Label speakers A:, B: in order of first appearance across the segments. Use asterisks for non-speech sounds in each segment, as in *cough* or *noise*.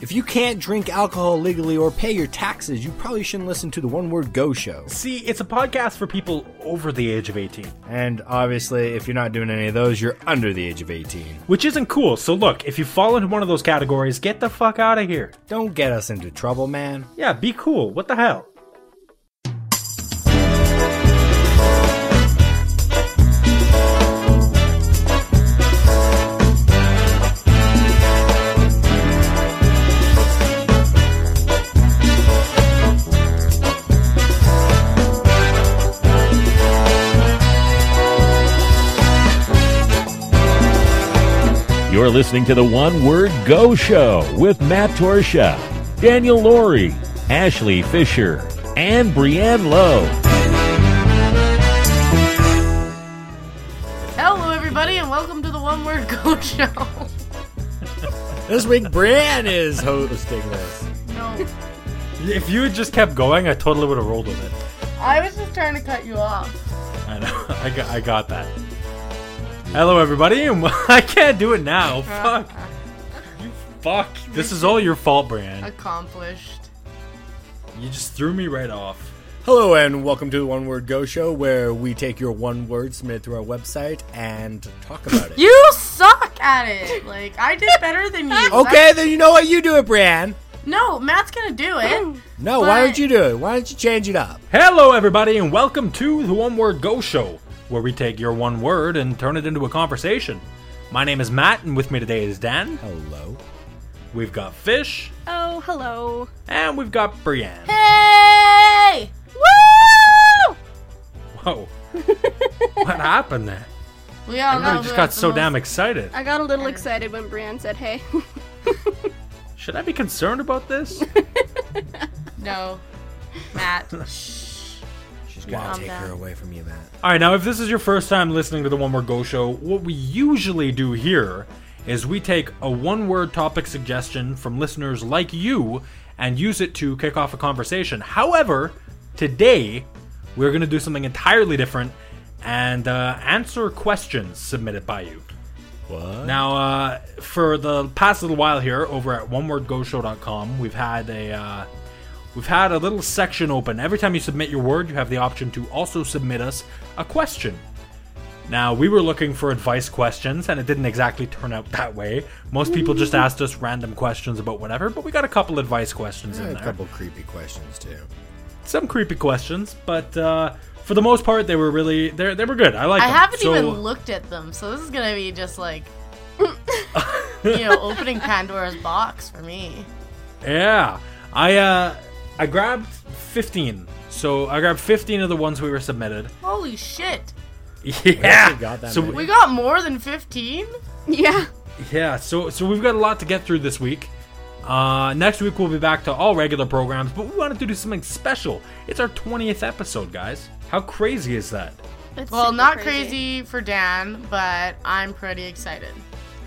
A: If you can't drink alcohol legally or pay your taxes, you probably shouldn't listen to the One Word Go show.
B: See, it's a podcast for people over the age of 18,
A: And obviously, if you're not doing any of those, you're under the age of 18.
B: which isn't cool. So look, if you fall into one of those categories, get the fuck out of here.
A: Don't get us into trouble, man.
B: Yeah, be cool. What the hell?
C: You're listening to the One Word Go Show with Matt Torsha, Daniel Laurie, Ashley Fisher, and Brienne Lowe.
D: Hello, everybody, and welcome to the One Word *laughs* Go Show.
A: This week, Brian is hosting this.
D: no,
B: If you had just kept going, I totally would have rolled with it.
D: I was just trying to cut you off.
B: I know. *laughs* I got, I got that. Hello, everybody. and *laughs* wel- I can't do it now. Fuck. You fuck. This is all your fault, Brian.
D: Accomplished.
B: You just threw me right off.
A: Hello, and welcome to the One Word Go show, where we take your one word submitted through our website and talk about it.
D: You suck at *laughs* it. Like I did better than *laughs* you.
A: okay, then you know what? You do it, Brian.
D: That's- no, Matt's gonna do it.
A: No, why
D: But-
A: don't you do it? Why don't you change it up?
B: Hello, everybody, and welcome to the One Word Go Show, where we take your one word and turn it into a conversation. My name is Matt, and with me today is Dan.
A: Hello.
B: We've got Fish,
E: Oh, hello.
B: and we've got Brienne.
D: Hey!
E: Woo!
B: Whoa. what happened
D: *laughs*
B: there?
D: We all know.
B: I
D: who
B: just
D: has
B: got
D: the
B: so
D: most-
B: damn excited.
E: I got a little excited when Brienne said, hey. *laughs*
B: Should I be concerned about
D: *laughs*
B: this?
D: No,
B: *laughs*
D: Matt. Shh.
A: She's gonna
D: Calm
A: take
D: down.
A: her away from you, Matt.
B: All right, now if this is your first time listening to the One Word Go Show, what we usually do here is we take a one word topic suggestion from listeners like you and use it to kick off a conversation. However, today we're going to do something entirely different and uh, answer questions submitted by you.
A: What?
B: Now, uh, for the past little while here, over at onewordgoshow.com, we've had a uh, we've had a little section open. Every time you submit your word, you have the option to also submit us a question. Now, we were looking for advice questions, and it didn't exactly turn out that way. Most people just
D: Mm-hmm.
B: asked us random questions about whatever, but we got a couple advice questions in
A: a
B: there
A: couple creepy questions too.
B: some creepy questions, but uh, for the most part, they were really they they were good. I like.
D: I
B: them.
D: haven't
B: So-
D: even looked at them, so this is gonna be just *laughs* like, you know, opening Pandora's box for me.
B: Yeah, I uh, I grabbed fifteen. So I grabbed fifteen of the ones we were submitted. *laughs*
D: Holy shit!
B: Yeah,
A: got that
B: so
A: many.
D: We got more than fifteen.
E: yeah.
B: yeah, so so we've got a lot to get through this week. Uh, next week we'll be back to all regular programs, but we wanted to do something special. It's our twentieth episode, guys. How crazy is that?
E: That's
D: Well,
E: super
D: not crazy. for Dan, but I'm pretty excited.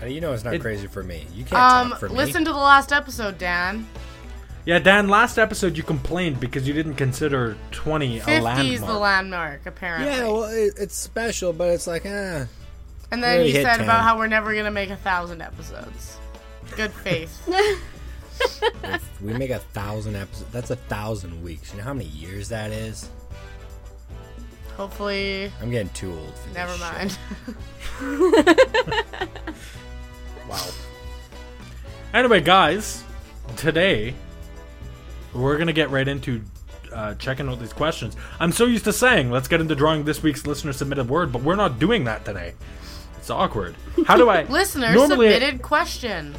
A: How do Uh, you know it's not
B: It-
A: crazy for me? You can't
D: Um,
A: talk for me.
D: listen to the last episode, Dan.
B: Yeah, Dan. Last episode you complained because you didn't consider twenty a
D: 50 is
B: landmark.
D: the landmark, apparently.
A: Yeah, well, it, it's special, but it's like, ah.
D: and then
A: really
D: he
A: hit
D: said
A: 10.
D: about how we're never gonna make a thousand episodes. Good faith.
A: If we make a thousand episodes. That's a thousand weeks. You know how many years that is?
D: Hopefully,
A: I'm getting too old for
D: never
A: this. shit.
D: mind. *laughs*
B: Wow. Anyway, guys, today we're gonna get right into uh, checking out these questions. I'm so used to saying, "Let's get into drawing this week's listener submitted word," but we're not doing that today. It's awkward. How do I?
D: *laughs* Listener
B: Normally-
D: submitted question.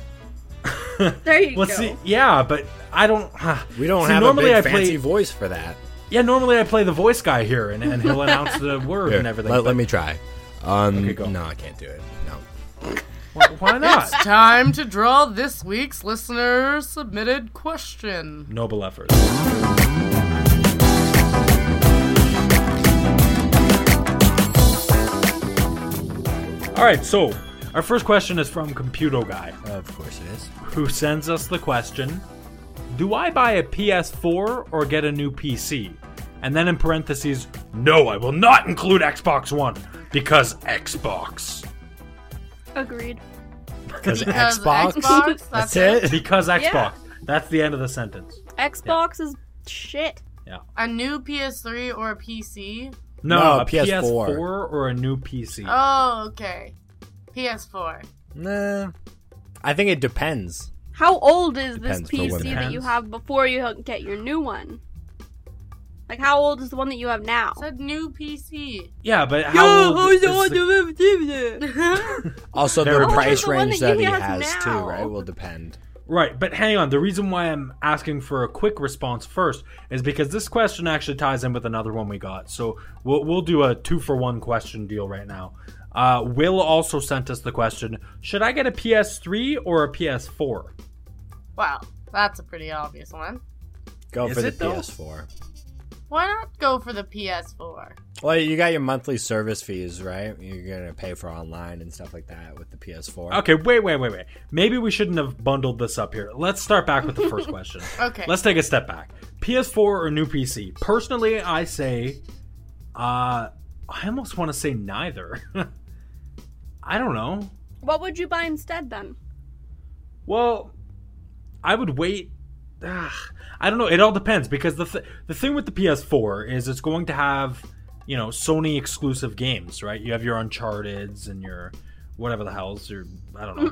D: *laughs*
E: There you
B: Well,
E: go.
B: see, yeah, but I don't. huh.
A: We don't
B: See,
A: have
B: normally
A: a big
B: I play,
A: fancy voice for that.
B: Yeah, normally I play the voice guy here, and, and he'll announce the *laughs* word
A: Here,
B: and everything.
A: let,
B: but-
A: let me try. Um,
B: Okay, go.
A: No, I can't do it. No. *laughs*
B: Wh- Why not?
D: Time to draw this week's listener submitted question.
B: Noble effort. All right, so our first question is from Computo Guy,
A: Of course it is.
B: who sends us the question: Do I buy a PS4 or get a new PC? And then in parentheses, no, I will not include Xbox One because Xbox.
E: Agreed.
A: Because
D: Because
A: Xbox.
D: Xbox, that's
A: That's it.
B: Because Xbox. That's the end of the sentence.
E: Xbox is shit.
B: Yeah.
D: A new PS3 or a PC?
B: No,
A: No,
B: a
A: PS4.
B: PS4 or a new PC.
D: Oh, okay. PS4.
A: *laughs* Nah. I think it depends.
E: How old is this
A: Depends for
E: PC
A: women.
E: that you
B: Depends.
E: have before you get your new one? Like, how old is the one that you have now?
D: said new PC.
B: yeah, but how old is the-
A: Also,
B: Very
A: the
B: much.
A: price
E: Which is the one
A: range
E: that
A: that
E: he
A: he
E: has
A: has, too,
E: now?
A: right, will depend.
B: Right, but hang on. The reason why I'm asking for a quick response first is because this question actually ties in with another one we got. So we'll, we'll do a two for one question deal right now. Uh, Will also sent us the question Should I get a PS3 or a PS4?
D: Wow, that's a pretty obvious one.
A: Go
B: Is
A: for the
B: it, though?
A: PS4.
D: Why not go for the PS4?
A: Well, you got your monthly service fees, right? You're going to pay for online and stuff like that with the PS4.
B: Okay, wait, wait, wait, wait. Maybe we shouldn't have bundled this up here. Let's start back with the first question.
D: Okay.
B: Let's take a step back. PS4 or new PC? Personally, I say, uh, I almost want to say neither. *laughs* I don't know.
E: *laughs* What would you buy instead then?
B: Well, I would wait. Ugh, I don't know. It all depends because the th- the thing with the PS4 is it's going to have you know Sony exclusive games, right? You have your Uncharted's and your whatever the hell's your I don't know.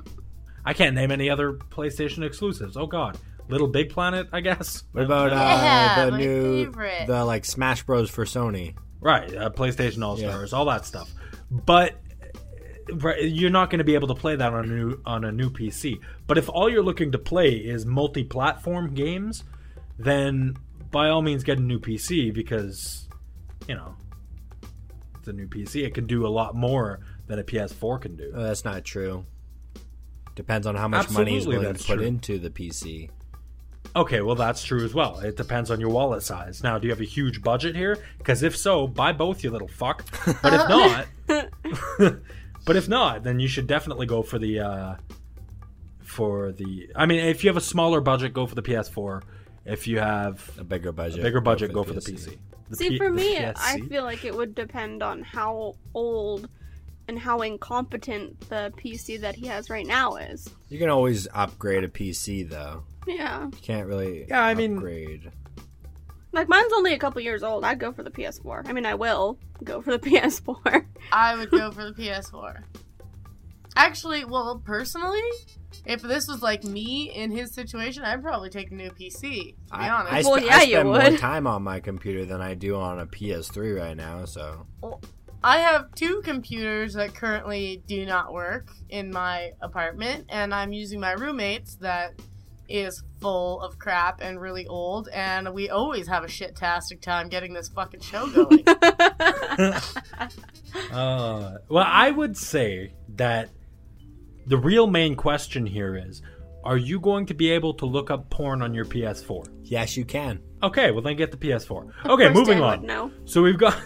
B: I can't name any other PlayStation exclusives. Oh God, Little Big Planet, I guess.
A: What about uh,
D: Yeah,
A: the
D: my
A: new,
D: favorite.
A: the like Smash Bros for Sony?
B: Right, uh, PlayStation All Stars, all that stuff. But uh, right, you're not going to be able to play that on a new on a new PC. But if all you're looking to play is multi-platform games, then by all means get a new PC because you know it's a new PC. It can do a lot more than a PS4 can do.
A: Oh, that's not true. Depends on how much money he's
B: Absolutely,
A: willing to
B: that's
A: put
B: true.
A: into the PC.
B: Okay, well that's true as well. It depends on your wallet size. Now, do you have a huge budget here? Because if so, buy both, you little fuck. But
E: *laughs*
B: if not, *laughs* but if not, then you should definitely go for the uh, for the. I mean, if you have a smaller budget, go for the PS4. If you have
A: A bigger budget.
B: a bigger budget, go for the, PC. The
E: See,
B: P-
E: for
B: the
E: me, I
B: PSC?
E: feel like it would depend on how old and how incompetent the PC that he has right now is.
A: You can always upgrade a PC though.
E: Yeah.
A: You can't really
B: Yeah, I mean-
A: upgrade.
E: Like, mine's only a couple years old. I'd go for the PS4. I mean, I will go for the *laughs* PS4.
D: I would go for the PS4. Actually, well, personally, if this was like me in his situation, I'd probably take a new PC. To be
A: I,
D: honest,
A: I, sp-
E: Well, yeah,
A: I
E: you
A: spend more
E: would.
A: time on my computer than I do on a PS3 right now, so
D: I have two computers that currently do not work in my apartment, and I'm using my roommate's that is full of crap and really old, and we always have a shit-tastic time getting this fucking show going.
B: Uh, *laughs* well, I would say that the real main question here is: Are you going to be able to look up porn on your PS4?
A: yes, you can.
B: Okay, well then get the PS4. okay,
E: Of course
B: moving
E: Dan
B: on.
E: Would know.
B: So we've got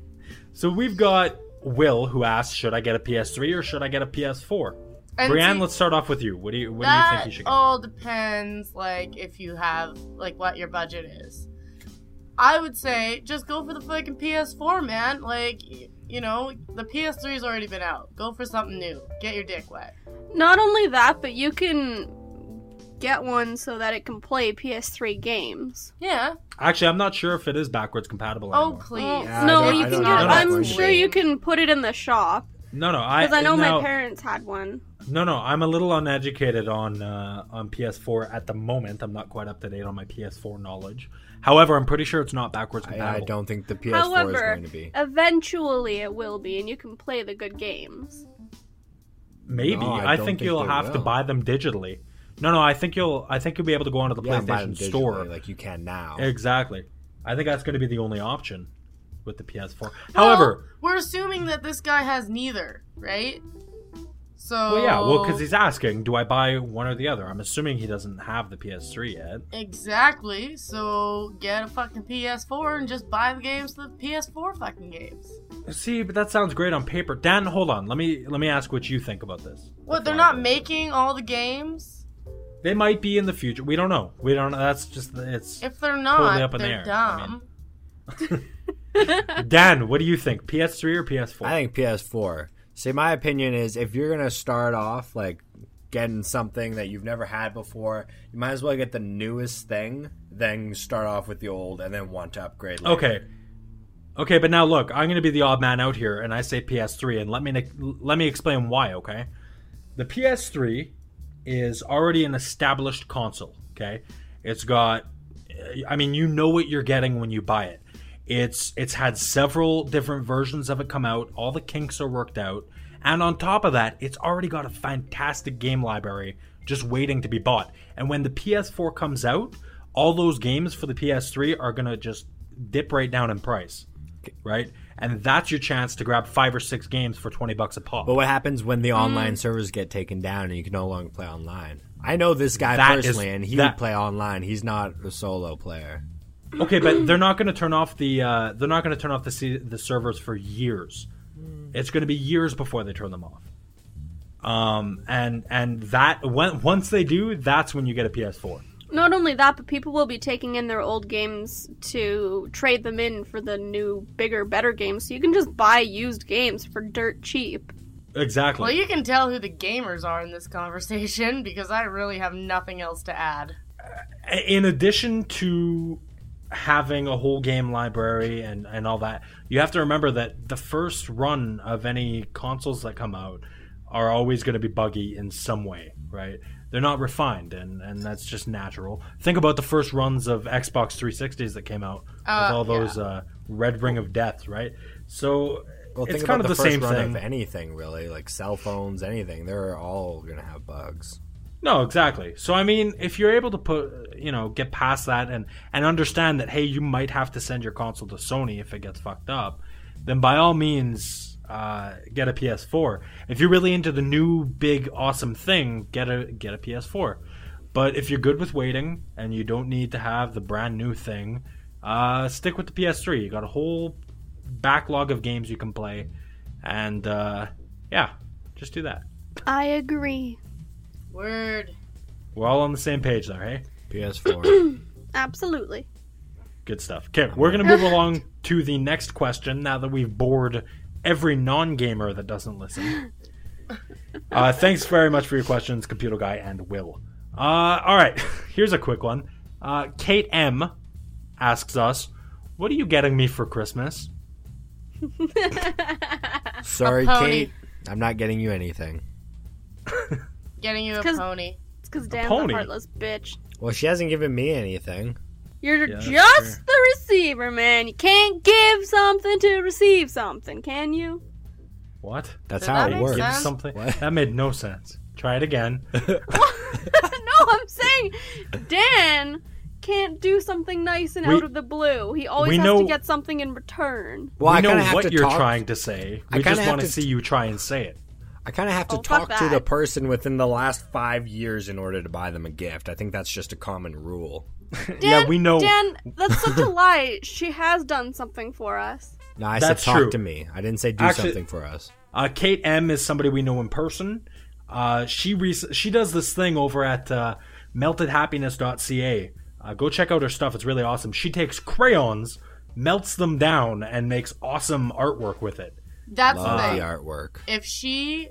B: *laughs* So we've got Will who asks, should I get a PS3 or should I get a PS4?
D: And
B: Brianne,
D: see-
B: let's start off with you. What do you what do you
D: that
B: think you
E: oh
B: should get?
D: all depends, like if you have like what your budget is. I would say just go for the fucking PS4, man. Like, y- you know, the PS3's already been out. Go for something new. Get your dick wet.
E: Not only that, but you can get one so that it can play PS3 games.
D: Yeah.
B: Actually, I'm not sure if it is backwards compatible
D: Oh
B: anymore.
D: please.
A: Yeah,
E: no,
A: I
E: you
A: don't- I
E: can get.
A: don't know.
E: I'm
A: Wait.
E: sure you can put it in the shop
B: no, no, I
E: because I, know
B: now-
E: my parents had one.
B: No, no, I'm a little uneducated on uh, on PS4 at the moment. I'm not quite up to date on my PS4 knowledge. However, I'm pretty sure it's not backwards
A: I,
B: compatible.
A: I don't think the PS4 is
E: However,
A: going to be.
E: eventually it will be, and you can play the good games.
B: Maybe.
A: No,
B: I,
A: I don't
B: think,
A: think
B: you'll
A: they
B: have to
A: will.
B: buy them digitally. No, no, I think you'll I think you'll be able to go onto the
A: You can buy them
B: PlayStation store
A: digitally, like you can now.
B: Exactly. I think that's going to be the only option with the PS4. However,
D: Well, we're assuming that this guy has neither, right? So
B: well, yeah, well, because he's asking, do I buy one or the other? I'm assuming he doesn't have the PS3 yet.
D: Exactly. So get a fucking PS4 and just buy the games the PS4 fucking games.
B: See, but that sounds great on paper. Dan, hold on. Let me let me ask what you think about this.
D: What they're
B: Before I
D: not
B: go.
D: making all the games?
B: They might be in the future. We don't know. We don't. know. That's just it's.
D: If they're not,
B: Totally up in the
D: they're
B: air. I mean-
D: dumb.
B: Dan, what do you think? PS3 or PS4?
A: I think PS4. See, my opinion is if you're gonna start off like getting something that you've never had before, you might as well get the newest thing, then start off with the old, and then want to upgrade. Later.
B: Okay. Okay, but now look, I'm going to be the odd man out here, and I say PS3, and let me ne- let me explain why. Okay, the PS3 is already an established console. Okay, it's got, eh, I mean, you know what you're getting when you buy it. It's it's had several different versions of it come out. All the kinks are worked out, and on top of that, it's already got a fantastic game library just waiting to be bought. And when the PS4 comes out, all those games for the PS3 are gonna just dip right down in price, right? And that's your chance to grab five or six games for twenty bucks a pop.
A: But what happens when the online servers get taken down and you can no longer play online? I know this guy
B: That is-
A: personally, and he
B: that-
A: would play online. He's not a solo player.
B: Okay, but they're not going to turn off the uh, they're not going to turn off the se- the servers for years. It's going to be years before they turn them off. Um, and and that when, once they do, that's when you get a PS4.
E: Not only that, but people will be taking in their old games to trade them in for the new, bigger, better games. So you can just buy used games for dirt cheap.
B: Exactly.
D: Well, you can tell who the gamers are in this conversation *laughs* because I really have nothing else to add.
B: in addition to having a whole game library and, and all that, you have to remember that the first run of any consoles that come out are always going to be buggy in some way, right? They're not refined, and, and that's just natural. Think about the first runs of Xbox 360s that came out
D: Uh,
B: with all those uh, Red Ring of Death, right? So
A: Well, think
B: it's
A: about
B: kind of
A: the,
B: the,
A: first
B: same
A: run
B: thing.
A: of anything, really, like cell phones, anything. They're all gonna have bugs.
B: No, exactly. So I mean, if you're able to put, you know, get past that and and understand that hey, you might have to send your console to Sony if it gets fucked up, then by all means, uh, get a PS4. If you're really into the new big awesome thing, get a get a PS4. But if you're good with waiting and you don't need to have the brand new thing, uh, stick with the PS3. You got a whole backlog of games you can play, and uh, yeah, just do that.
E: I agree.
D: Word.
B: We're all on the same page there, hey?
A: PS4.
E: Absolutely. *laughs*
B: Good stuff. Okay, we're going to move along to the next question now that we've bored every non gamer that
A: *laughs*
B: doesn't listen. Uh, thanks very much for your questions, Computer Guy and Will. Uh, all right, *laughs* here's a quick one. Uh, Kate M asks us, What are you getting me for Christmas?
A: Sorry,
D: A pony.
A: Kate. I'm not getting you anything.
D: Getting you a
E: 'Cause-
D: pony.
E: It's because Dan's a
B: pony.
E: heartless bitch.
A: Well, she hasn't given me anything.
E: You're
B: that's
E: just
B: fair.
E: the receiver, man. You can't give something to receive something,
B: *laughs*
E: can you? *laughs*
B: What?
A: That's
D: Does
A: how
D: that
A: it
D: make
A: works.
B: Give
A: *laughs*
D: sense?
B: something.
A: What?
B: That made no sense. Try it again.
E: no, I'm saying Dan can't do something nice and
B: We-
E: out of the blue. He always
B: we
E: has
B: know-
E: to get something in return.
A: Well,
B: we
A: I
B: know
A: kinda have
B: what
A: to
B: you're
A: talk-
B: trying to say.
A: I
B: We
A: kinda
B: just
A: have
B: want to
A: to-
B: see you try and say it.
A: I kind of have to
E: Oh, fuck
A: talk to the
E: that.
A: person within the last five years in order to buy them a gift. I think that's just a common rule.
E: Dan,
B: yeah, we know.
E: Dan, that's
B: *laughs*
E: such a lie. She has done something for us.
A: No, I
B: That's
A: said talk
B: true.
A: to me. I didn't say do
B: Actually-
A: something for us.
B: Uh, Kate M is somebody we know in person. Uh, she rec- she does this thing over at uh, meltedhappiness.ca. Uh, go check out her stuff; it's really awesome. She takes crayons, melts them down, and makes awesome artwork with it.
D: That's
A: Love
D: the thing.
A: the artwork.
D: If she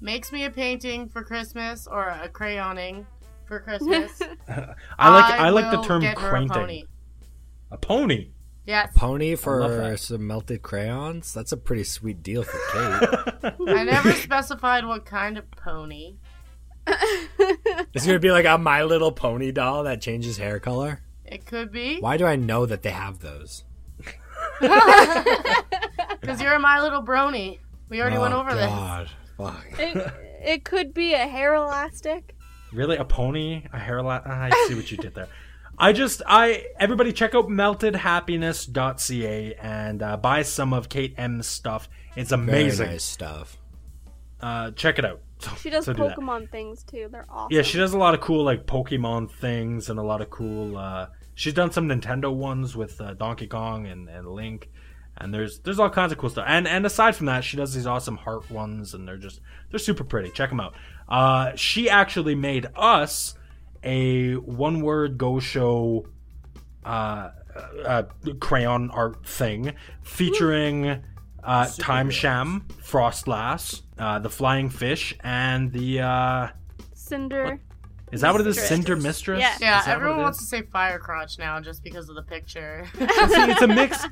D: makes me a painting for Christmas or a crayoning for Christmas,
B: *laughs* I like I, like the
D: will
B: term
D: get her a
B: crainting.
D: pony.
B: A pony. *laughs*
D: Yes,
A: Pony
B: love
A: for
B: that.
A: some melted crayons? That's a pretty sweet deal for Kate. *laughs*
D: I
B: *laughs*
D: never specified what kind of pony.
A: it's going to be like a My Little Pony doll that changes hair color.
D: It could be
A: Why do I know that they have those?
D: because you're my little brony. We already went
A: Oh,
D: over
A: God. Fuck.
E: *laughs* It, it could be a hair elastic.
B: Really, a pony, a hair. La- ah, I see what you did there. I just I everybody check out meltedhappiness.ca and uh, buy some of Kate M's stuff. It's
A: Very
B: amazing.
A: nice stuff.
B: Uh, check it out. So-
E: She does
B: so do that.
E: Pokemon things too. They're awesome.
B: Yeah, she does a lot of cool like Pokemon things and a lot of cool. Uh, she's done some Nintendo ones with uh, Donkey Kong and, and Link, and there's there's all kinds of cool stuff. And and aside from that, she does these awesome heart ones, and they're just they're super pretty. Check them out. Uh, she actually made us a one word go show uh, uh, crayon art thing featuring uh, Time Sham, Frostlass, uh, the Flying Fish, and the uh,
E: Cinder.
B: Is that what it is?
E: Mistress.
B: Cinder Mistress?
E: Yeah.
D: Yeah,
B: Is that
D: everyone
B: what it
D: wants to
B: is?
D: say fire crotch now just because of
B: *laughs*
D: the picture. *laughs*
B: See, it's a mix.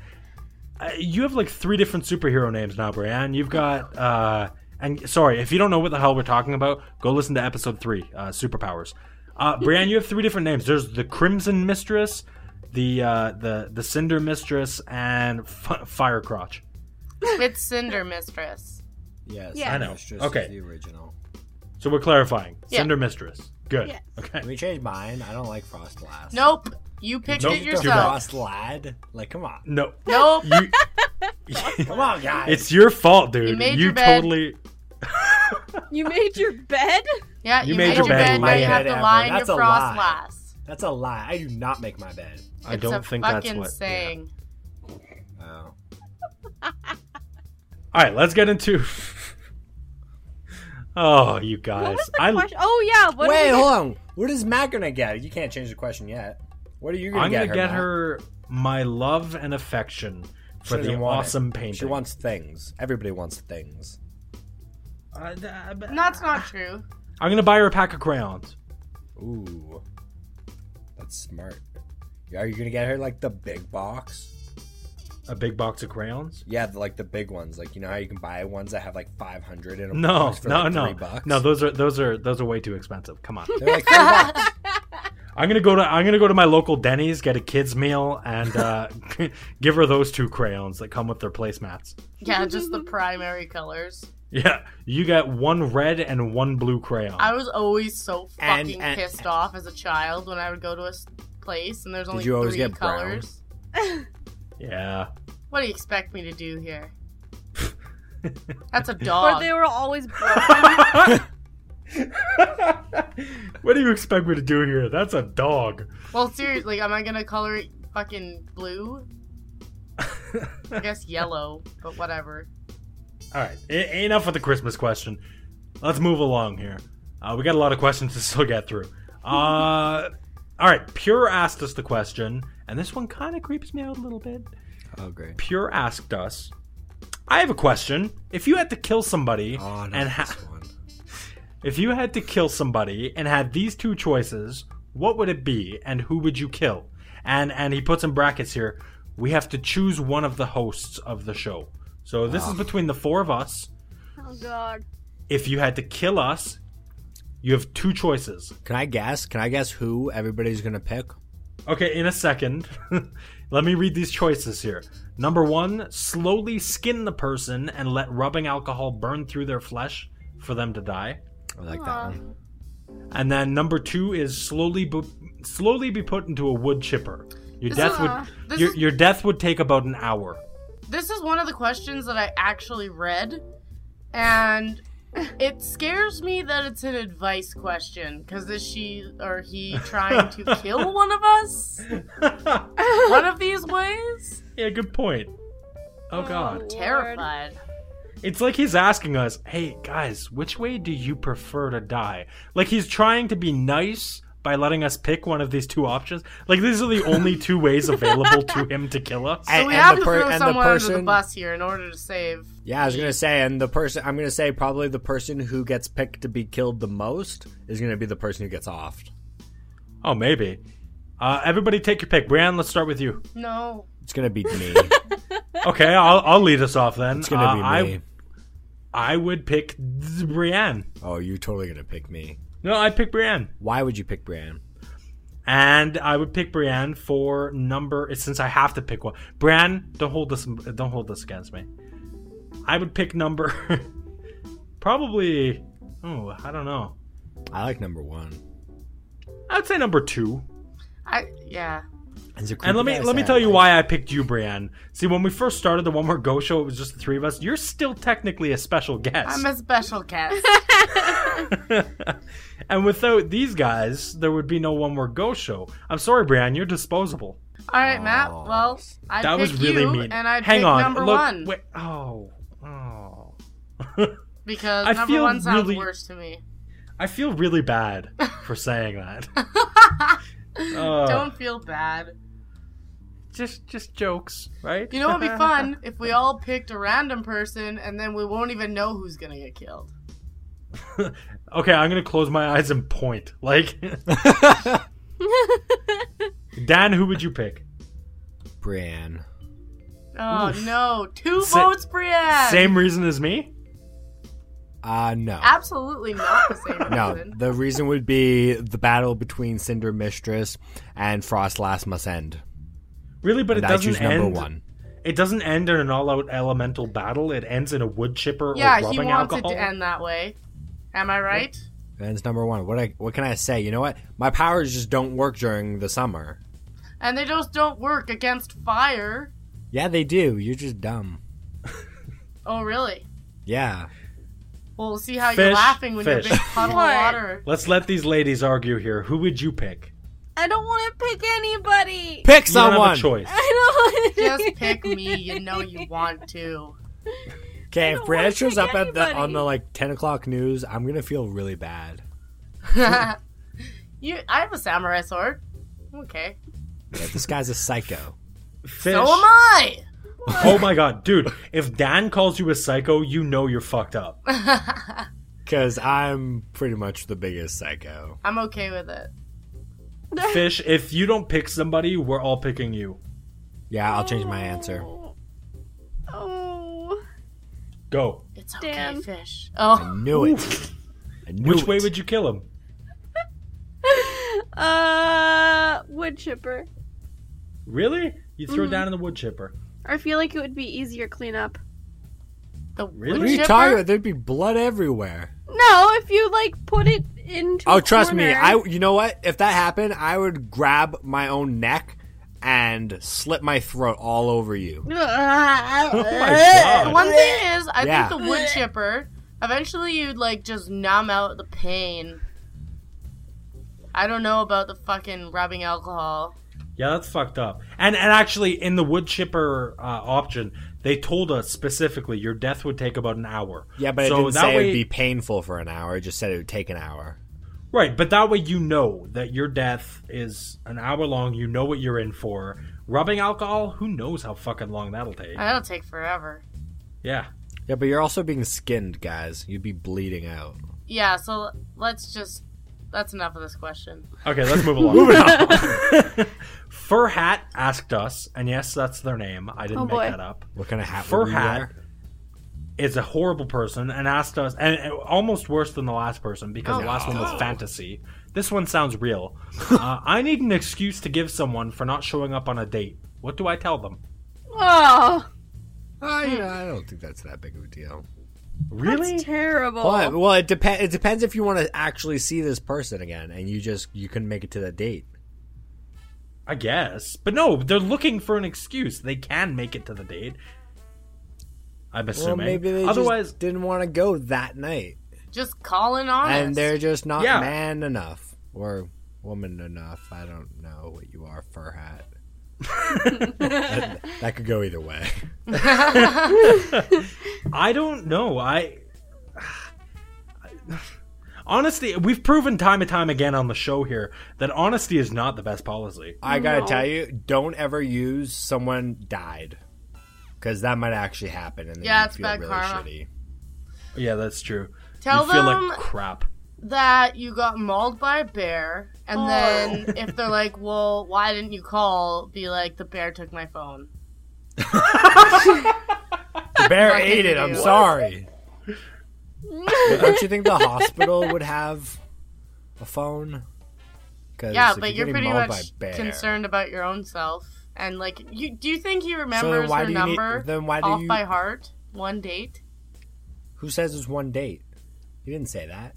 B: Uh, you have like three different superhero names now, Brianne. You've got. uh and sorry, if you don't know what the hell we're talking about, go listen to episode three, uh, superpowers. Uh, Brianne, you have three different names. There's the Crimson Mistress, the uh, the the Cinder Mistress, and F- Fire Crotch.
D: it's Cinder Mistress.
A: Yes,
E: Yeah. I
B: know.
A: Mistress
B: Okay.
A: is the original.
B: So we're clarifying.
D: Yeah.
B: Cinder Mistress. Good.
E: Yeah.
B: Okay.
A: Can we change mine? I don't like Frost Lass.
D: Nope. You picked
B: Nope,
D: it
A: Just
B: you're
D: yourself.
A: Frost Lad. Like, come on,
B: No.
D: Nope.
B: You,
A: come on, guys.
B: it's your fault, dude.
D: You made your bed.
B: totally.
E: You made
B: *laughs*
E: your bed?
D: Yeah,
B: You made your bed,
D: now
B: lay
D: you
B: in
D: have
A: it,
D: to
A: Amber.
D: lie in your
A: That's a
D: frost
A: lie.
D: lass.
A: That's a lie. I do not make my bed.
B: I
D: It's
B: don't
D: a
B: think that's
D: fucking
B: what. yeah.
D: saying.
A: Oh,
B: All right, let's get into. *laughs* oh, you
E: What
B: guys!
E: was the
B: I
E: question? Oh yeah, what
A: wait,
E: is
A: hold on. What is Matt gonna get? You can't change the question yet. What are you gonna
B: I'm
A: get?
B: gonna get
A: Matt?
B: her my love and affection
A: She
B: for the
A: doesn't want it.
B: awesome painting.
A: She wants things. Everybody wants things.
B: Uh, th- uh, b-
D: That's not true.
B: I'm gonna buy her a pack of crayons.
A: Ooh, that's smart. Are you gonna get her like the big box?
B: A big box of crayons.
A: Yeah, the, like the big ones. Like you know how you can buy ones that have like 500 in a
B: No,
A: box for
B: no,
A: like,
B: no,
A: three bucks.
B: no. Those are those are those are way too expensive. Come on. *laughs*
A: They're like three
D: *laughs*
A: bucks.
B: I'm gonna go to I'm gonna go to my local Denny's, get a kids meal, and uh, *laughs* give her those two crayons that come with their placemats.
A: *laughs*
D: Yeah, just the primary colors.
B: Yeah, you get one red and one blue crayon.
D: I was always so
A: And-
D: fucking
A: and-
D: pissed off as a child when I would go to a s- place and there's only
A: you always
D: three
A: get brown?
D: colors.
B: yeah.
D: What do you expect me to
A: *laughs*
D: do here? That's a
E: Or
D: dog.
E: they were always broken.
B: *laughs* what do you expect me to do here? That's a dog.
D: Well, seriously, am I gonna color it fucking blue?
A: *laughs*
D: I guess yellow, but whatever.
B: All right, e- enough with the Christmas question. Let's move along here. Uh, we got a lot of questions to *laughs* still get through. Uh, all right, Pure asked us the question, and this one kind of creeps me out a little bit.
A: Oh great.
B: Pure asked us, "I have a question. If you had to kill somebody
A: Oh, not
B: and
A: this
B: ha-
A: one.
B: if you had to kill somebody and had these two choices, what would it be, and who would you kill?" And and he puts in brackets here, "We have to choose one of the hosts of the show." So this is between the four of us. *laughs*
E: oh god.
B: If you had to kill us, you have two choices.
A: Can I guess? Can I guess who everybody's gonna pick?
B: Okay, in a second, *laughs* let me read these choices here. Number one, slowly skin the person and let rubbing alcohol burn through their flesh for them to die.
A: I like that
E: Aw.
A: one.
B: And then number two is slowly, bu- slowly be put into a wood chipper. Your
D: This
B: death
D: is- uh,
B: would
D: this
B: your,
D: is-
B: your death would take about an hour. *laughs*
D: This is one of the questions that I actually read, and it scares me that it's an advice question. Because is she or
A: *laughs*
D: he trying to kill one of us? One of these ways?
B: yeah, good point. Oh god,
D: Terrified.
B: it's like he's asking us, "Hey guys, which way do you prefer to die?" Like he's trying to be nice by letting us pick one of these two options. Like these are the only two
D: *laughs*
B: ways available to him to kill us.
D: So
A: And-
D: we
A: and
D: have
A: the
D: to
A: per-
D: throw
A: and the
D: someone under
A: person-
D: the bus here in order to save.
A: Yeah, I was gonna say, and the person I'm gonna say probably the person who gets picked to be killed the most is gonna be the person who gets offed.
B: Oh, maybe. Uh, everybody, take your pick. Brianne, let's start with you.
D: No.
A: It's gonna be me.
B: Okay, I'll, I'll lead us off then.
A: It's gonna
B: *laughs* Uh,
A: be me.
B: I I would pick Brianne.
A: Oh, you're totally gonna pick me.
B: No, I'd pick Brianne.
A: Why would you pick Brian?
B: And I would pick Brianne for number since I have to pick one. Brianne, don't hold this don't hold this against me. I would pick number *laughs* probably oh, I don't know.
A: I like number one.
B: I'd say number 2.
D: I yeah.
A: It's a creepy
B: And let me
A: guy
B: let me
A: saying,
B: tell you
A: like,
B: why I picked you, Brianne. See, when we first started the One More Go show, it was just the three of us. You're still technically a special guest.
D: I'm a special guest.
B: *laughs* and without these guys, there would be no One More Go show. I'm sorry, Brianne, you're disposable.
D: All right, Matt.
A: Aw.
D: Well, I
B: that was really
D: you,
B: mean.
D: and I
B: Hang
D: pick
B: on,
D: number
B: look,
D: one
B: Wait, oh, oh.
D: because
B: I
D: number
B: feel
D: one sounds
B: really-
D: worse to me.
B: I feel really bad
D: *laughs*
B: for saying that. Uh,
D: Don't feel bad.
B: just just jokes, right?
D: You know what'd be
B: *laughs*
D: *laughs* fun if we all picked a random person and then we won't even know who's gonna get killed.
B: Okay, I'm gonna close my eyes and point. Like, *laughs* Dan, who would you pick?
A: *laughs* Brienne.
D: Oh
B: Oof.
D: no, two
B: Sa-
D: votes, Brienne.
B: Same reason as me.
A: Uh, no.
D: Absolutely not the
B: *laughs*
D: same
A: No,
D: reason.
A: the reason would be the battle between Cinder Mistress and Frost Last Must End.
B: Really, but
A: And
B: it
A: I
B: doesn't
A: choose number
B: end.
A: one.
B: It doesn't end in an all-out elemental battle. It ends in a wood chipper
D: Yeah,
B: or
D: he
B: rubbing
D: wants
B: alcohol.
D: it to end that way. Am I right?
A: That's number one. What I what can I say? You know what? My powers just don't work during the summer.
D: And they just don't work against fire.
A: Yeah, they do. You're just dumb.
D: Oh really?
A: Yeah.
D: Well, we'll see how you're
B: Fish,
D: laughing when
B: fish.
D: your big puddle of
E: What?
B: *laughs*
D: water.
B: Let's let these ladies argue here. Who would you pick?
E: I don't want to pick anybody.
A: Pick
B: You don't have
A: someone.
B: a
D: *laughs*
B: choice.
E: I don't
D: Just pick me. You know
E: *laughs*
D: you want to. *laughs*
A: Okay,
E: I
A: if
E: don't
A: Brienne
E: wanna
A: shows
E: pick
A: up at the
E: anybody.
A: on the like ten o'clock news, I'm gonna feel really bad.
D: you, I have a samurai sword. Okay.
A: Yeah, this guy's a psycho.
B: Fish.
D: So am I. *laughs*
B: Oh my god, dude! If Dan calls you a psycho, you know you're fucked up.
A: Cause I'm pretty much the biggest psycho.
D: I'm okay with it.
B: Fish, if you don't pick somebody, we're all picking you.
A: Yeah, I'll change my answer.
E: Oh. *laughs*
B: Go.
D: It's okay,
E: Dan.
D: fish.
A: I
D: Oh,
A: knew it. I knew
B: Which way
A: it.
B: would you kill him?
E: Uh, wood chipper.
B: Really? You throw down in the wood chipper.
E: I feel like it would be easier cleanup.
D: the
B: Really?
A: What
D: wood
A: are you
D: chipper?
A: talking about? There'd be blood everywhere.
E: No, if you like put it into.
A: Oh,
E: a
A: trust me.
E: corner. *laughs*
A: I you know what? If that happened, I would grab my own neck and slit my throat all over you.
B: *laughs* Oh my god.
D: One thing is, I
A: Yeah.
D: think the wood chipper. Eventually, you'd like just numb out the pain. I don't know about the fucking rubbing alcohol.
B: Yeah, that's fucked up. And and actually, in the wood chipper uh, option, they told us specifically your death would take about an hour.
A: Yeah, but
B: so
A: it didn't
B: that
A: say
B: way,
A: it would be painful for an hour. It just said it would take an hour.
B: right. But that way, you know that your death is an hour long. You know what you're in for. Rubbing alcohol, who knows how fucking long that'll take?
D: That'll take forever.
B: Yeah.
A: Yeah, but you're also being skinned, guys. You'd be bleeding out.
D: Yeah, so let's just. That's enough of this question.
B: Okay, let's *laughs* move along. Moving on. *laughs* Fur Hat asked us, and yes, that's their name. I didn't
E: Oh,
B: make
E: boy.
B: that up.
A: What kind of hat
B: Fur
A: would we
B: hat.
A: wear?
B: Is a horrible person and asked us, and and almost worse than the last person because
D: Oh,
B: the last one was
D: no.
B: fantasy. This one sounds
A: *laughs*
B: real. uh, I need an excuse to give someone for not showing up on a date. What do I tell them?
E: Oh,
A: Uh, you know, I don't think that's that big of a deal.
B: Really?
E: that's terrible.
A: But, well, it depends. It depends if you want to actually see this person again, and you just you couldn't make it to the date.
B: I guess. But no, they're looking for an excuse. They can make it to the date. I'm
A: Well,
B: assuming.
A: maybe they
B: Otherwise,
A: just didn't want to go that night,
D: Just calling on
A: and they're just not
B: Yeah.
A: man enough or woman enough. I don't know what you are, fur hat.
D: *laughs*
A: that, that could go either way.
B: I don't know. I *sighs* honestly, we've proven time and time again on the show here that honesty is not the best policy.
A: I gotta tell you, don't ever use someone died because that might actually happen, and then
D: Yeah,
A: you
D: it's
A: feel
D: bad
A: really
D: karma.
A: shitty.
D: *laughs*
B: Yeah, that's true.
D: *laughs* Tell
B: you feel
D: them-
B: like crap.
D: that you got mauled by a bear, and then if they're like, "Well, why didn't you call?" Be like, "The bear took my phone."
A: The bear
D: Fucking
A: ate it. I'm
D: idiot.
A: sorry. Don't you think the hospital would have a phone? 'Cause
D: Yeah,
A: if
D: but you're
A: getting
D: pretty
A: mauled by
D: much
A: a bear-
D: concerned about your own self, and like, you, do you think he
A: So
D: remembers
A: then why
D: her
A: do you need?
D: number
A: Then why
D: off
A: do you?
D: by heart?
A: *laughs*
D: One date.
A: Who says it's one date? You didn't say that.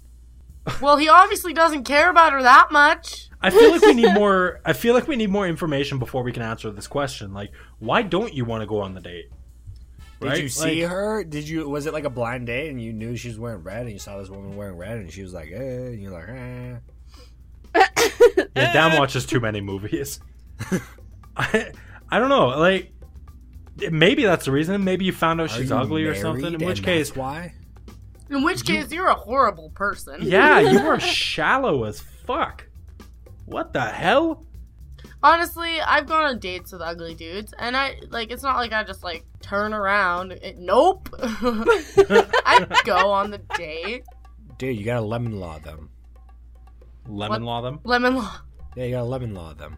D: Well, he obviously doesn't care about her that much.
B: I feel like we need more. I feel like we need more information before we can answer this question. Like, why don't you want to go on the date?
A: Did
B: Right?
A: you see
B: Like-
A: her? Did you? Was it like a blind date and you knew she was wearing red and you saw this woman wearing red and she was like, eh, and you're like, eh.
B: Yeah, Dan watches too many movies.
A: *laughs*
B: I, I don't know. Like, maybe that's the reason. Maybe you found out
A: Are
B: she's
A: you
B: ugly or
A: married
B: something. In
A: and
B: which case,
A: that's why?
D: In which case, you're a horrible person.
A: *laughs*
B: Yeah, you are shallow as fuck. What the hell?
D: Honestly, I've gone on dates with ugly dudes, and I like it's not like I just like *laughs*
A: *laughs*
D: turn around. It, nope. I go on the date.
A: Dude, you gotta lemon law them.
B: Lemon law them.
D: Lemon law.
A: Yeah, you gotta lemon law them.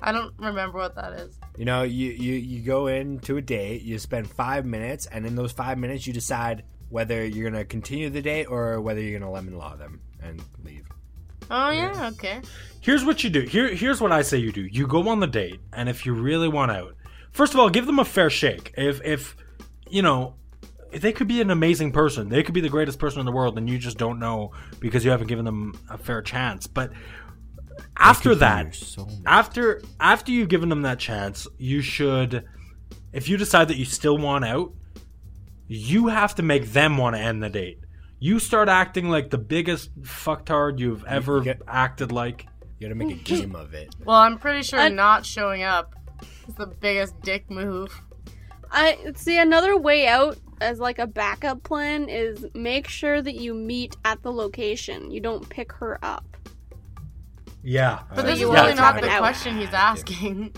D: I don't remember what that is.
A: You know, you, you, you go into a date, you spend five minutes, and in those five minutes, you decide whether you're gonna continue the date or whether you're gonna lemon law them and leave.
D: Oh yeah, okay.
B: Here's what you do. Here, here's what I say you do. You go on the date, and if you really want out, first of all, give them a fair shake. If, if, you know, they could be an amazing person. They could be the greatest person in the world, and you just don't know because you haven't given them a fair chance. But after
A: Could be
B: that,
A: your soulmate.
B: after after you've given them that chance, you should if you decide that you still want out, you have to make them want to end the date. You start acting like the biggest fucktard you've ever
A: get-
B: acted like.
A: You gotta make a game of
B: *laughs*
A: it.
D: Well, I'm pretty sure
E: I-
D: not showing up is the biggest dick move.
E: *laughs* I see another way out as like a backup plan is make sure that you meet at the location. You don't pick her up.
B: Yeah.
D: But this
E: you
D: is
E: won't
D: really not
E: have
D: the
E: an out.
D: question he's asking.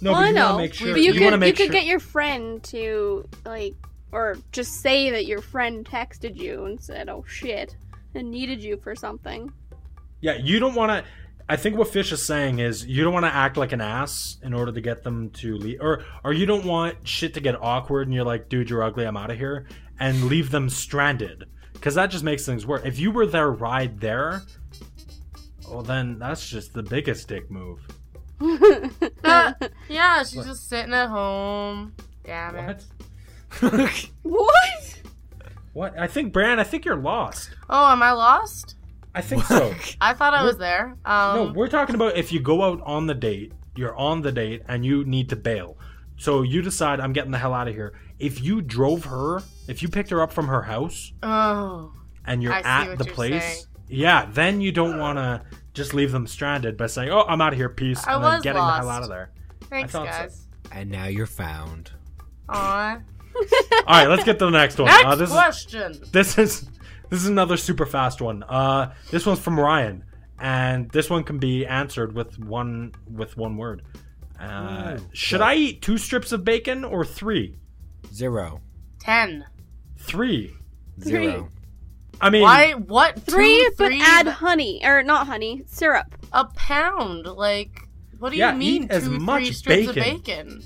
B: No,
E: well, I
B: but you want
E: know,
B: to make sure
E: but you,
B: want
E: could
B: to make
E: you
B: sure-
E: could get your friend to like or just say that your friend texted you and said, "Oh shit," and needed you for something. *laughs*
B: Yeah, you don't want to. I think what Fish is saying is you don't want to act like an ass in order to get them to leave, or or you don't want shit to get awkward and you're like, dude, you're ugly, I'm out of here, and leave them stranded because that just makes things worse. If you were their ride there, well, then that's just the biggest dick move.
D: Ah, yeah, she's just sitting at home. Damn it.
B: What?
E: *laughs* What?
B: what? I think Bran, I think you're lost.
D: Oh, am I lost?
B: I think so.
D: I thought I was there. Um,
B: No, we're talking about if you go out on the date, you're on the date and you need to bail. So you decide I'm getting the hell out of here. If you drove her, if you picked her up from her house
D: oh,
B: and you're
D: I see
B: at
D: what
B: the
D: you're
B: place,
D: saying.
B: yeah, then you don't want to just leave them stranded by saying, "Oh, I'm out of here, peace,"
D: I
B: and
D: was
B: then getting the hell
D: lost.
B: out of there.
D: thanks,
B: thought so.
D: guys.
A: And now you're found.
D: Aw.
B: All right, let's get to the next one.
D: *laughs* Next
B: Uh, this is
D: question.
B: this is this is another super fast one. Uh, this one's from Ryan, and this one can be answered with one with one word. Uh, should I eat two strips of bacon or three?
A: Zero.
D: Ten.
B: Three.
E: Three.
A: Zero.
B: I mean,
D: Why? What?
E: Three,
D: Two,
E: but
D: three?
E: add honey or not honey syrup.
D: a pound. Like, what do
B: Yeah,
D: you mean?
B: eat as
D: two,
B: much
D: three strips of
B: bacon.
D: bacon.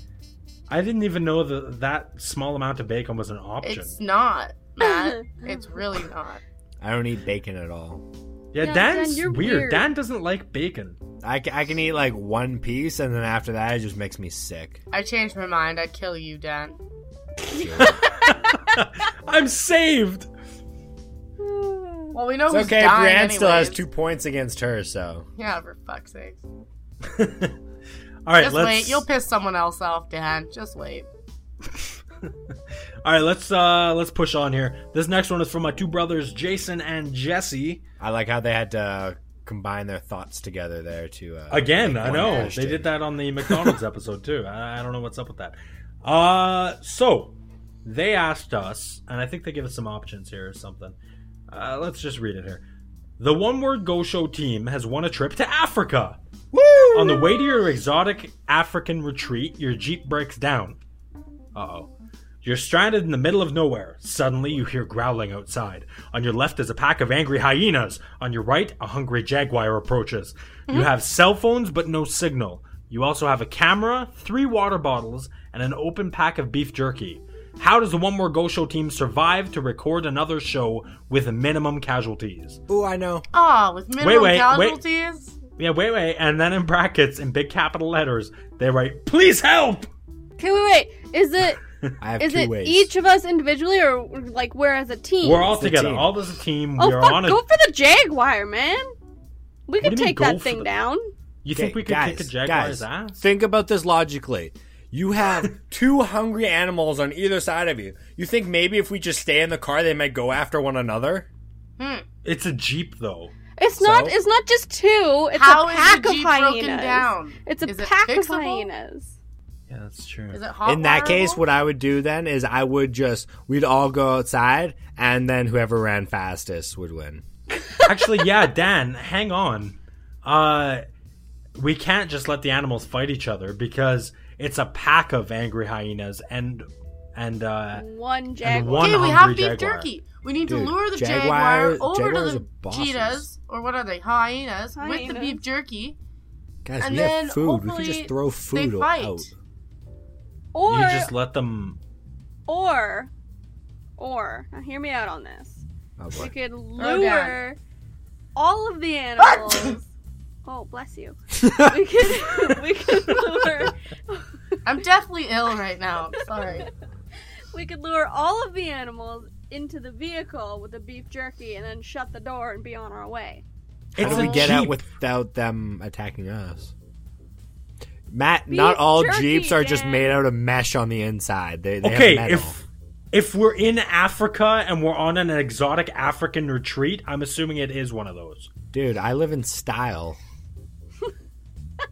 B: I didn't even know that that small amount of bacon was an option.
D: It's not, *laughs*
E: *laughs*
D: Matt. it's really not.
A: I don't eat bacon at all.
B: yeah,
E: Yeah, Dan,
B: Dan's
E: you're
B: weird.
E: weird.
B: Dan doesn't like bacon.
A: I, ca- I can eat like one piece, and then after that, it just makes me sick.
D: I changed my mind. I'd kill you, Dan.
B: I'm saved.
D: Well, we know
A: It's
D: who's
A: okay.
D: dying
A: Brienne still has
D: anyways.
A: two points against her, so
D: Yeah, for fuck's sake.
B: All right,
D: Just
B: let's.
D: wait. You'll piss someone else off, Dan. Just wait.
B: All right, let's uh let's push on here. This next one is from my two brothers, Jason and Jesse.
A: I like how they had to combine their thoughts together there to uh,
B: Again,
A: make
B: I
A: one
B: know
A: question.
B: they did that on the McDonald's episode too. I, I don't know what's up with that. Uh, so they asked us, and I think they give us some options here or something. Uh, let's just read it here. The one word go show team has won a trip to Africa. Woo! On the way to your exotic African retreat, your Jeep breaks down. Uh oh. You're stranded in the middle of nowhere. Suddenly, you hear growling outside. On your left is a pack of angry hyenas. On your right, a hungry jaguar approaches.
A: Hmm?
B: You have cell phones, but no signal. You also have a camera, three water bottles, and an open pack of beef jerky. How does the One More Go Show team survive to record another show with minimum casualties?
A: Ooh, I know.
D: Ah, with minimum
B: wait, wait.
D: casualties.
B: Yeah, wait, wait, and then in brackets, in big capital letters, they write, Please help!
E: Okay, wait, wait. Is it
A: I have
E: is
A: two
E: it
A: ways.
E: each of us individually or like we're as a team?
B: We're all
A: the
B: together.
A: team.
B: All as a team.
E: oh
B: we are
E: fuck,
B: on a.
E: go for the jaguar, man. We
B: What
E: could
B: do you mean,
E: take
B: go
E: that
B: for
E: thing
B: the-
E: down.
B: You think
A: Okay,
B: we could
A: guys,
B: kick a jaguar's
A: guys,
B: ass?
A: Think about this logically. You have
B: *laughs*
A: two hungry animals on either side of you. You think maybe if we just stay in the car, they might go after one another?
B: It's a jeep, though.
E: It's not.
A: So?
E: It's not just two. It's
D: How
E: a
D: is
E: pack
D: the
E: of
D: Jeep
E: hyenas.
D: broken down?
E: It's a
D: Is it
E: pack of
D: fixable?
E: hyenas.
B: Yeah, that's true.
D: Is it hot?
A: in that
D: waterable?
A: case, what I would do then is I would just we'd all go outside, and then whoever ran fastest would win.
B: Actually,
D: *laughs*
B: yeah, Dan, hang on. Uh, we can't just let the animals fight each other because it's a pack of angry hyenas and and uh,
E: One
B: and uh,
E: jaguar.
B: one
D: Okay,
B: hungry
D: we have beef
B: jaguar.
D: jerky. We need
A: Dude,
D: to lure the
A: jaguar-
D: jaguar over
A: jaguars
D: to
A: are
D: the
A: bosses.
D: cheetahs or what are they hyenas, with the
E: Hyenas.
D: beef jerky.
A: Guys,
D: And
A: we
D: then
A: have food. We can
D: hopefully
A: just throw
D: they
A: food
D: fight.
A: out.
E: Or
B: you just let them.
E: or or now hear me out on this.
A: Oh,
E: We
A: boy.
E: could
D: down.
E: lure all of the animals. oh, bless you.
A: *laughs*
E: we could *laughs* we could lure
D: I'm definitely ill right now.
B: *laughs*
D: Sorry.
E: we could lure all of the animals into the vehicle with the beef jerky and then shut the door and be on our way.
A: How
B: It's
A: do
B: a
A: we get out
B: jeep.
A: without them attacking us? Matt,
E: Beef
A: not all
E: jerky,
A: jeeps are just
E: Dan.
A: made out of mesh on the inside. They, they
B: okay,
A: have metal.
B: if if we're in Africa and we're on an exotic African retreat, I'm assuming it is one of those.
A: dude, I live in style.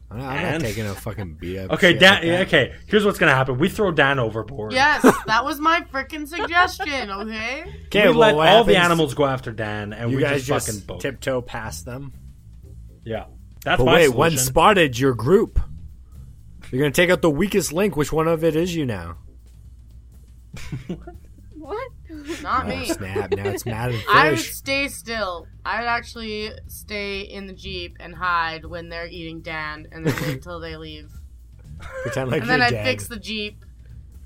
A: I'm not, I'm not
B: And-
A: taking a fucking beat up.
B: Okay,
A: shit
B: Dan.
A: like that.
B: okay, here's what's gonna happen: we throw Dan overboard.
D: Yes, that was my freaking suggestion, okay?
A: Okay,
B: we
A: well,
B: let all
A: what
B: the
A: happens-
B: animals go after Dan, and
A: You
B: we
A: guys
B: just,
A: just,
B: fucking boat.
A: tiptoe past them.
B: Yeah, that's
A: But
B: my
A: wait,
B: solution.
A: one spotted your group. You're gonna take out the weakest link. Which one of it is you now?
E: What?
D: Not
A: Oh
D: me.
A: snap! Now it's Matt and
D: *laughs* I would
A: Fish.
D: stay still. I would actually stay in the jeep and hide when they're eating Dan, and then
A: *laughs*
D: wait until they leave.
A: Pretend like
D: And
A: you're
D: then I'd
A: dead.
D: fix the jeep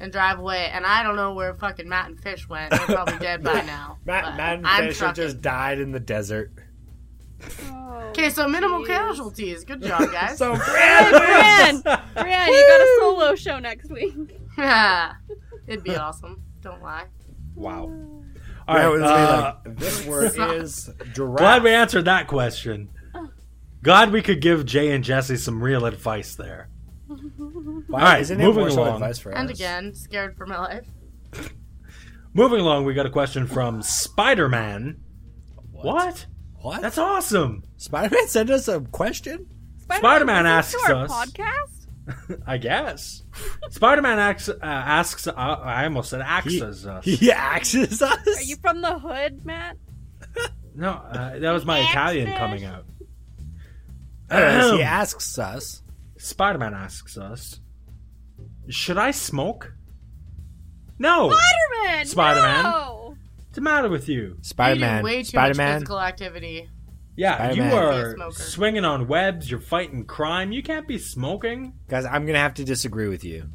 D: and drive away. And I don't know where fucking Matt and Fish went. They're probably
A: *laughs*
D: dead by now.
A: Matt,
D: but
A: Matt and
D: I'm
A: Fish have
D: trucking.
A: just died in the desert.
D: Okay, so minimal
E: Jeez.
D: casualties. Good
A: *laughs*
D: job, guys.
A: So
E: Brian, Brian, you got a solo show next week.
D: *laughs*
A: *laughs*
D: It'd be awesome. Don't lie.
B: wow.
A: That
B: All right,
A: was me,
B: uh,
A: like, this word is giraffe.
B: glad we answered that question. Glad we could give Jay and Jesse some real advice there.
A: Why
B: All right,
A: isn't
B: moving
A: it worse
B: along.
A: advice for
D: And
A: us?
D: again, scared for my life.
B: Moving along, we got a question from Spider Man. What?
A: What?
B: That's awesome.
A: Spider-Man sent us a question.
B: Spider-Man
E: listens
B: asks
E: to our
B: us-
E: podcast.
B: I guess. Spider Man asks. Uh, asks uh, I almost said
A: He,
B: axes
A: *laughs*
B: us.
A: he axes us.
E: Are you from the hood, Matt?
B: no, uh, that was my
E: Axe
B: Italian
E: fish.
B: coming out.
A: Anyways, Uh, he asks us.
B: Spider Man asks us, "Should I smoke?" No.
E: *laughs* Spider-Man.
B: Spider-Man?
E: No! *laughs*
B: What's the matter with you?
D: You do
A: Spider-Man.
D: way too much
A: Spider-Man.
D: physical activity.
B: Yeah,
A: Spider-Man.
B: you
D: Be a
B: are
D: smoker.
B: swinging on webs. You're fighting crime. You can't be smoking.
A: Guys, I'm gonna have to disagree with you.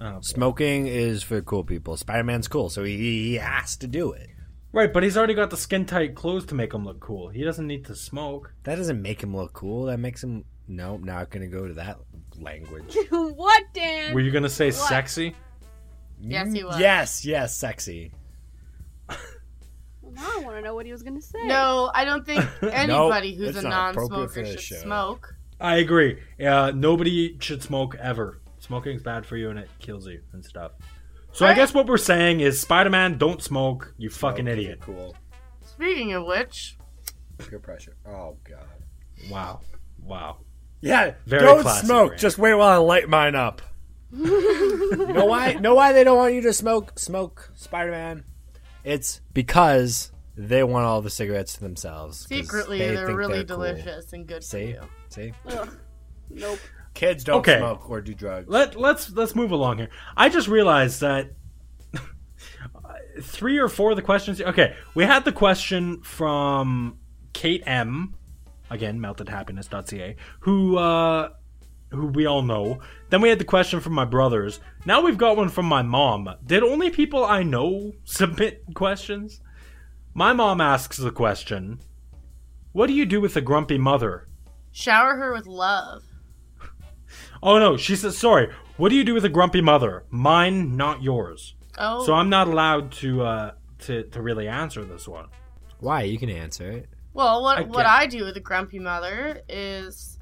B: Oh.
A: Smoking is for cool people. Spider-Man's cool, so he, he has to do it.
B: Right, but he's already got the skin tight clothes to make him look cool. He doesn't need to smoke.
A: That doesn't make him look cool. That makes him no. Not gonna go to that language.
E: what, Dan?
B: Were you gonna say
E: What?
B: sexy?
D: *laughs* Yes, he was.
A: Yes, yes, sexy.
E: Well, now I want to know what he was going to say.
D: No, I don't
A: *laughs*
D: think anybody who's
A: that's
D: a
A: not appropriate for
D: non-smoker
A: this
D: should
A: show.
D: smoke.
B: I agree. Uh, nobody should smoke ever. Smoking's bad for you and it kills you and stuff. So I
D: Alright.
B: guess what we're saying is Spider-Man, don't smoke. You fucking
A: Smoke is
B: idiot.
A: Cool.
D: Speaking of which,
A: Peer pressure. Oh god.
B: Wow. Wow.
A: Yeah,
B: Very
A: don't
B: classy,
A: smoke.
B: Brandon.
A: Just wait while I light mine up.
D: *laughs*
A: you know why? Know why they don't want you to smoke? Smoke Spider-Man. It's because they want all the cigarettes to themselves. 'cause
D: secretly,
A: they
D: they are
A: think
D: really
A: cool.
D: delicious and good for
A: See,
D: you.
A: see,
E: Ugh. Nope.
A: kids don't
B: Okay.
A: smoke or do drugs.
B: Let let's let's move along here. I just realized that *laughs* three or four of the questions. Okay, we had the question from Kate M. Again, meltedhappiness.ca, who uh, who we all know. Then we had the question from my brothers. Now we've got one from my mom. Did only people I know *laughs* submit questions? My mom asks the question. What do you do with a grumpy mother?
D: Shower her with love.
B: Oh no, she says sorry. What do you do with a grumpy mother? Mine, not yours.
D: Oh,
B: So I'm not allowed to uh to, to really answer this one.
A: Why? You can answer it.
D: Well, what
B: I
D: what
B: get-
D: I do with a grumpy mother is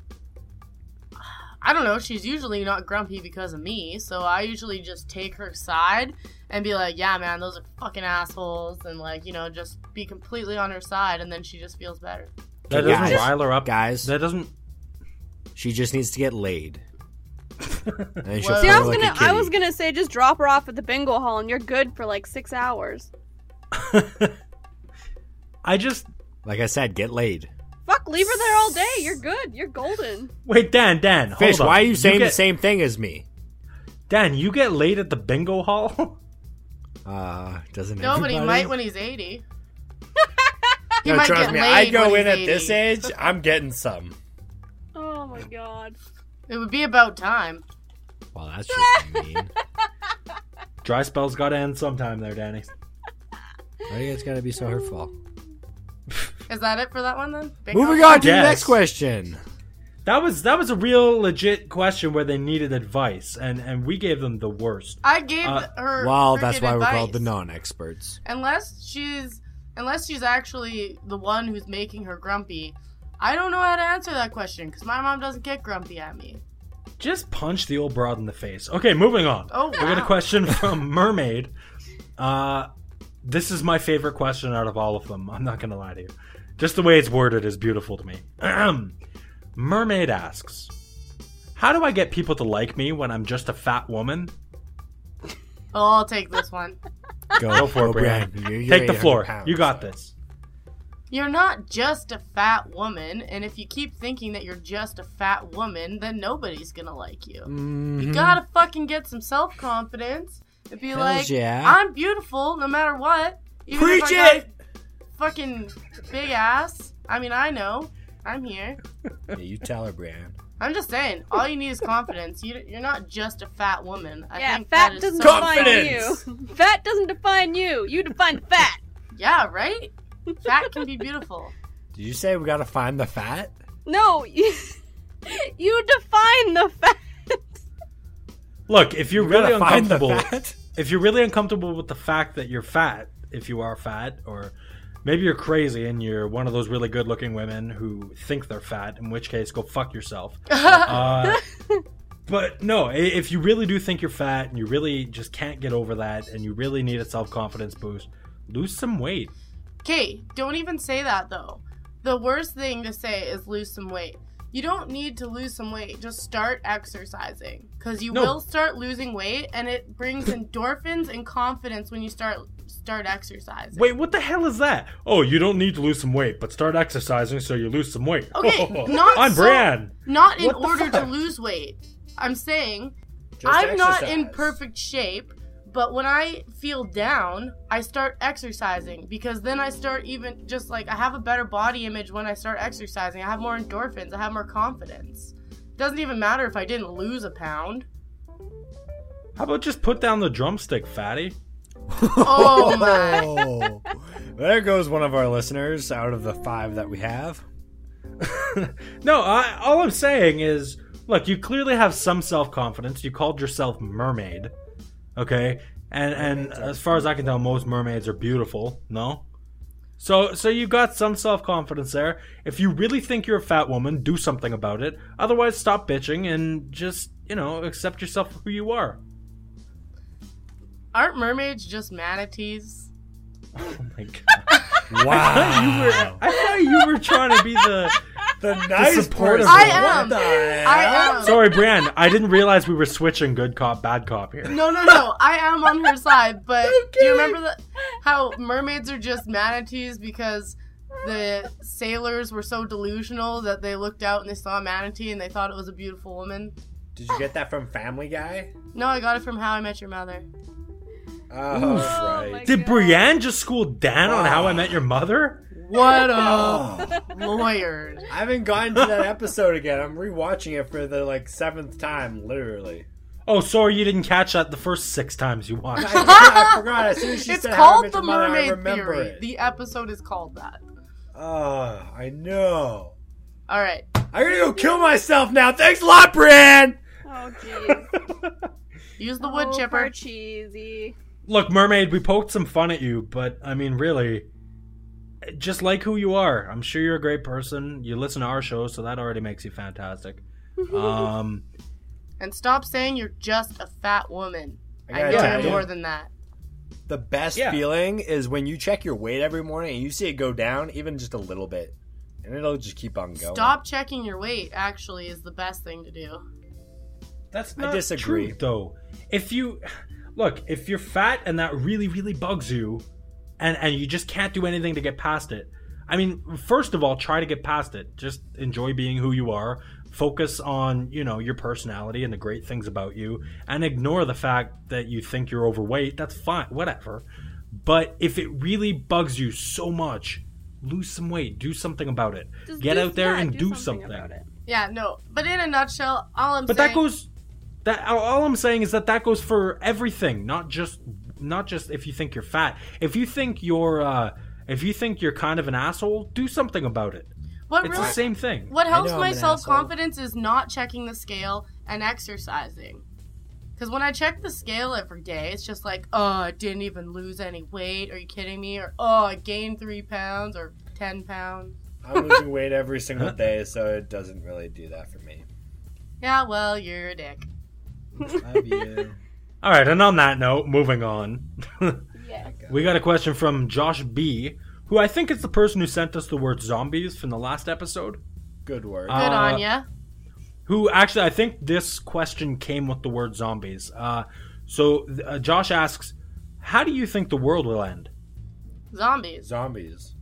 D: *sighs* I don't know, she's usually not grumpy because of me, so I usually just take her side and be like, "Yeah, man, those are fucking assholes." And like, you know, just be completely on her side and then she just feels better.
B: That
A: Guys.
B: doesn't rile her up.
A: Guys.
B: That doesn't *laughs*
A: She just needs to get laid. and she'll
D: Whoa.
E: See,
A: play
E: I was
A: like a
E: gonna, I
A: kitty.
E: was gonna say, just drop her off at the bingo hall, and you're good for like six hours.
B: I just
A: Like I said, get laid.
E: Fuck, leave her there all day. You're good. You're golden.
B: wait, Dan, Dan,
A: Fish,
B: hold on.
A: why are you saying
B: get,
A: the same thing as me?
B: Dan, you get laid at the bingo hall? *laughs*
A: Uh, doesn't
D: No, but he
A: everybody?
D: might when he's 80. You
A: No,
D: might
A: trust
D: get
A: me.
D: laid
A: I go
D: when
A: in
D: he's
A: at this
D: 80.
A: age, I'm getting some.
E: Oh my god.
D: It would be about time.
A: Well, that's
D: *laughs*
A: just mean.
B: Dry spells gotta end sometime there, Danny.
A: Why are you guys gotta be so hurtful?
D: Is that it for that one then? Big
A: Moving
D: help?
A: on to the
B: Yes.
A: next question.
B: That was that was a real legit question where they needed advice, and and we gave them the worst.
D: I gave
B: Uh,
D: her.
A: Well, that's
D: frickin'
A: why we're called the
D: advice. *laughs*
A: non-experts.
D: Unless she's, unless she's actually the one who's making her grumpy. I don't know how to answer that question because my mom doesn't get grumpy at me.
B: Just punch the old broad in the face. Okay, moving on.
D: Oh,
B: we got a
D: wow.
B: question from Mermaid. Uh, this is my favorite question out of all of them. I'm not gonna lie to you. Just the way it's worded is beautiful to me. *clears throat* Mermaid asks, "How do I get people to like me when I'm just a fat woman?"
D: Oh, I'll take this one.
A: Go,
B: for it, Brianna.
A: Brianna. You- you're
B: Take the
A: 800
B: floor.
A: pounds,
B: you got
A: so-
B: this.
D: You're not just a fat woman, and if you keep thinking that you're just a fat woman, then nobody's gonna like you. You
A: Mhm.
D: gotta fucking get some self confidence and be
A: Hells
D: like,
A: yeah.
D: I'm beautiful no matter what. even if I
A: Preach
D: got a
A: it!
D: Fucking big ass. I mean, I know. I'm here.
A: Yeah, you tell her, Brianna.
D: I'm just saying, all you need is confidence. You, you're not just a fat woman. I
E: yeah,
D: think that
E: fat
D: is
E: doesn't
D: so-
A: Confidence!
E: define you. *laughs* Fat doesn't define you. You define *laughs* fat.
D: *laughs* Yeah, right? Fat can be beautiful.
A: Did you say we gotta find the fat?
E: No, you, *laughs* you define the fat.
B: Look, if you're
A: We
B: really
A: gotta find the
B: uncomfortable,
A: fat?
B: if you're really uncomfortable with the fact that you're fat, if you are fat, or maybe you're crazy and you're one of those really good looking women who think they're fat, in which case, go fuck
D: *laughs*
B: yourself. uh, but no, i- if you really do think you're fat and you really just can't get over that and you really need a self confidence boost, lose some weight.
D: Okay, don't even say that though. The worst thing to say is lose some weight. You don't need to lose some weight. Just start exercising cuz you
B: No.
D: will start losing weight and it brings endorphins and confidence when you start start exercising.
B: Wait, what the hell is that? Oh, you don't need to lose some weight, but start exercising so you lose some weight. *laughs*
D: Okay, not
B: on
D: so-
B: brand.
D: Not in
B: What the
D: order to
B: fuck?
D: lose weight. I'm saying
A: Just
D: I'm not in
A: exercise.
D: perfect shape, but when I feel down, I start exercising because then I start even just like I have a better body image when I start exercising. I have more endorphins, I have more confidence. Doesn't even matter if I didn't lose
A: *laughs*
D: a pound.
B: How about just put down the drumstick, fatty?
D: Oh
A: *laughs*
D: my.
A: Oh. *laughs* there goes one of our listeners out of the five that we have.
B: No, I, all I'm saying is, look, you clearly have some self confidence. You called yourself mermaid, okay? And and as far as I can tell, most mermaids are beautiful. No, so so you got some self confidence there. If you really think you're a fat woman, do something about it. Otherwise, stop bitching and just you know accept yourself for who you are.
D: Aren't mermaids just manatees?
B: Oh my god!
A: Wow.
B: you were, *laughs* I thought you were trying to be *laughs* the.
A: the nice
B: supportive
A: person.
B: one. I
D: am.
A: What the
D: I
A: hell?
D: am.
B: Sorry, Brienne. I didn't realize we were switching good cop, bad cop here.
D: No, no, no. I am on her side,
A: *laughs*
D: but do you remember the, how mermaids are just manatees because the sailors were so delusional that they looked out and they saw a manatee and they thought it was a beautiful woman?
A: Did you get that from Family Guy?
D: No, I got it from How I Met Your Mother.
A: Oh, right.
E: my
B: Did
E: God.
B: Brienne just school Dan on How I Met Your Mother?
D: What
A: Oh.
D: a lawyer. *laughs*
A: I haven't gotten to that episode again. I'm rewatching it for the like seventh time, literally.
B: Oh, sorry you didn't catch that the first six times you watched.
A: I, I forgot. As soon as she
D: It's
A: said How I Met
D: called The
A: Your Mother, I
D: Mermaid
A: remember
D: Theory.
A: it.
D: The episode is called that.
A: Oh, I know.
D: All right.
A: I'm gonna go kill myself now. Thanks a lot, Brian.
E: *laughs* Oh jeez.
D: Use the wood
E: Oh,
D: chipper.
E: poor cheesy.
B: Look, Mermaid, we poked some fun at you, but I mean, really, just like who you are. I'm sure you're a great person. You listen to our show, so that already makes you fantastic. Um,
D: And stop saying you're just a fat woman.
A: I
D: I,
A: gotta
D: know
B: tell
D: you're
B: you.
D: more than that.
A: The best
B: Yeah.
A: feeling is when you check your weight every morning and you see it go down, even just a little bit, and it'll just keep on going.
D: Stop checking your weight, actually, is the best thing to do.
B: that's
A: I
B: not
A: disagree.
B: true, though. If you look, if you're fat and that really, really bugs you, and and you just can't do anything to get past it. I mean, first of all, try to get past it. Just enjoy being who you are. Focus on, you know, your personality and the great things about you and ignore the fact that you think you're overweight. That's fine, whatever. But if it really bugs you so much lose some weight, do something about it.
E: Just
B: Get
E: do-
B: out there
E: yeah,
B: and
E: do
B: do
E: something
B: something.
E: about it.
D: Yeah, no. But in a nutshell, all I'm
B: But
D: saying.
B: that goes that all- all I'm saying is that that goes for everything, not just not just if you think you're fat. If you think you're uh if you think you're kind of an asshole, do something about it.
D: What
B: It's
D: Oh, really?
B: the same thing.
D: What helps
A: know I'm
D: my
A: an
D: self confidence is not checking the scale and exercising. Because when I check the scale every day, it's just like, oh, I didn't even lose any weight. Are you kidding me? Or, oh, I gained three pounds or 10 pounds.
A: I'm losing weight every single day, so it doesn't really do that for me.
D: Yeah, well, you're a dick.
A: Love you.
B: All right, and on that note, moving on.
E: Yes.
B: we got a question from Josh B, who I think is the person who sent us the word zombies from the last episode.
A: Good work.
B: Uh,
D: Good on ya.
B: who actually I think this question came with the word zombies. Uh, so uh, Josh asks, "How do you think the world will end?"
D: Zombies. *laughs*
A: Zombies.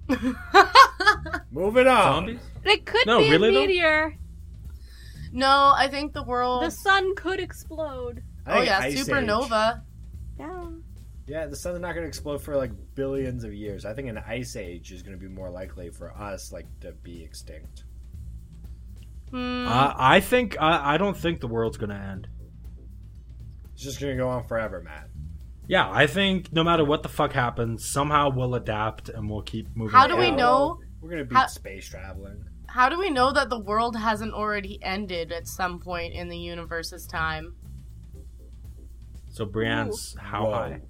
A: Moving
B: Oh.
A: on.
E: It could
B: No,
E: be
B: really,
E: a
B: though?
E: meteor.
D: No, I think the world.
E: The sun could explode.
A: I
D: oh,
A: think
D: yeah,
A: Ice Age.
D: supernova.
E: Yeah.
A: Yeah, the sun's not going to explode for like billions of years. I think an ice age is going to be more likely for us like to be extinct.
D: Hmm.
B: Uh, I think I I don't think the world's gonna end.
A: It's just going to go on forever, Matt.
B: Yeah, I think no matter what the fuck happens, somehow we'll adapt and we'll keep moving.
D: How do we
A: Yeah,
B: forward.
D: know-
A: well, We're going to beat
D: how-
A: space traveling.
D: How do we know that the world hasn't already ended at some point in the universe's time?
B: So Brienne's how
A: Whoa.
B: high?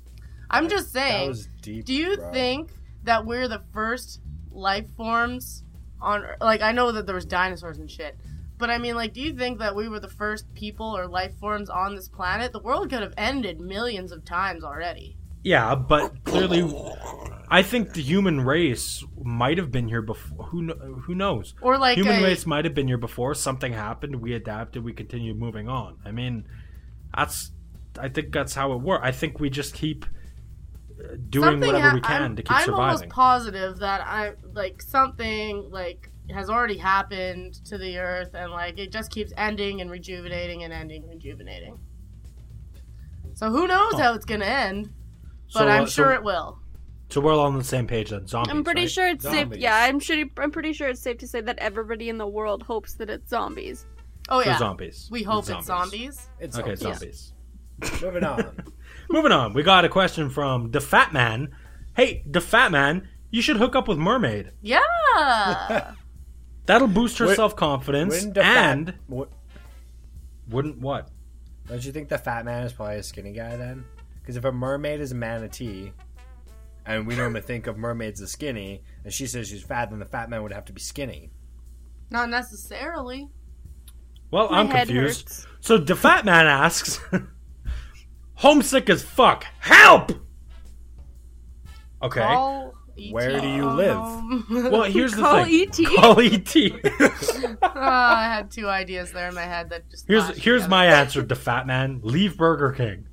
D: I'm just
A: That
D: saying.
A: was deep.
D: Do you
A: bro.
D: think that we're the first life forms on Ear- like I know that there was dinosaurs and shit, but I mean like do you think that we were the first people or life forms on this planet? The world could have ended millions of times already.
B: Yeah, but clearly, I think the human race might have been here before. Who kn- who knows?
D: Or like
B: human
D: a-
B: race might have been here before. Something happened. We adapted. We continued moving on. I mean, that's. I think that's how it works. I think we just keep uh, doing
D: something
B: whatever
D: ha-
B: we can
D: I'm,
B: to keep
D: I'm almost
B: surviving.
D: positive that I like something like has already happened to the earth and like it just keeps ending and rejuvenating and ending and rejuvenating. So who knows how it's going to end, but
B: So,
D: I'm
B: uh, so-
D: sure it will.
B: So we're all on the same page then. Zombies.
E: I'm pretty
B: right?
E: sure it's safe.
A: Zombies.
E: Yeah, I'm pretty. I'm pretty sure it's safe to say that everybody in the world hopes that it's zombies.
D: Oh
B: So
D: yeah.
B: zombies.
D: We hope it's zombies.
A: It's
B: Okay,
A: okay.
B: zombies.
A: Moving
B: *laughs*
A: on.
B: Moving on. We got a question from the Fat Man. Hey, the Fat Man, you should hook up with Mermaid. *laughs*
D: Yeah.
B: That'll boost her
A: When-
B: self confidence
A: Wouldn't the fat-
B: and
A: wo-
B: wouldn't what?
A: don't you think the fat man is probably a skinny guy then? Because if a mermaid is a manatee, and we
D: *laughs*
A: normally think of mermaids as skinny, and she says she's fat, then the fat man would have to be
D: *laughs*
A: skinny.
D: Not necessarily.
B: Well,
E: My
B: I'm
E: head
B: confused.
E: hurts.
B: So the Fat Man *laughs* asks, homesick as fuck. Help. Okay.
D: All ET
A: Where do you
D: phone
A: live?
D: home.
B: well, here's the
E: Call
D: E
B: thing.
E: ET.
B: Call E ET.
D: *laughs* Ah, I had two ideas there in my head that just.
B: Here's
D: clashed
B: here's
D: together.
B: my answer, the Fat Man. Leave Burger King.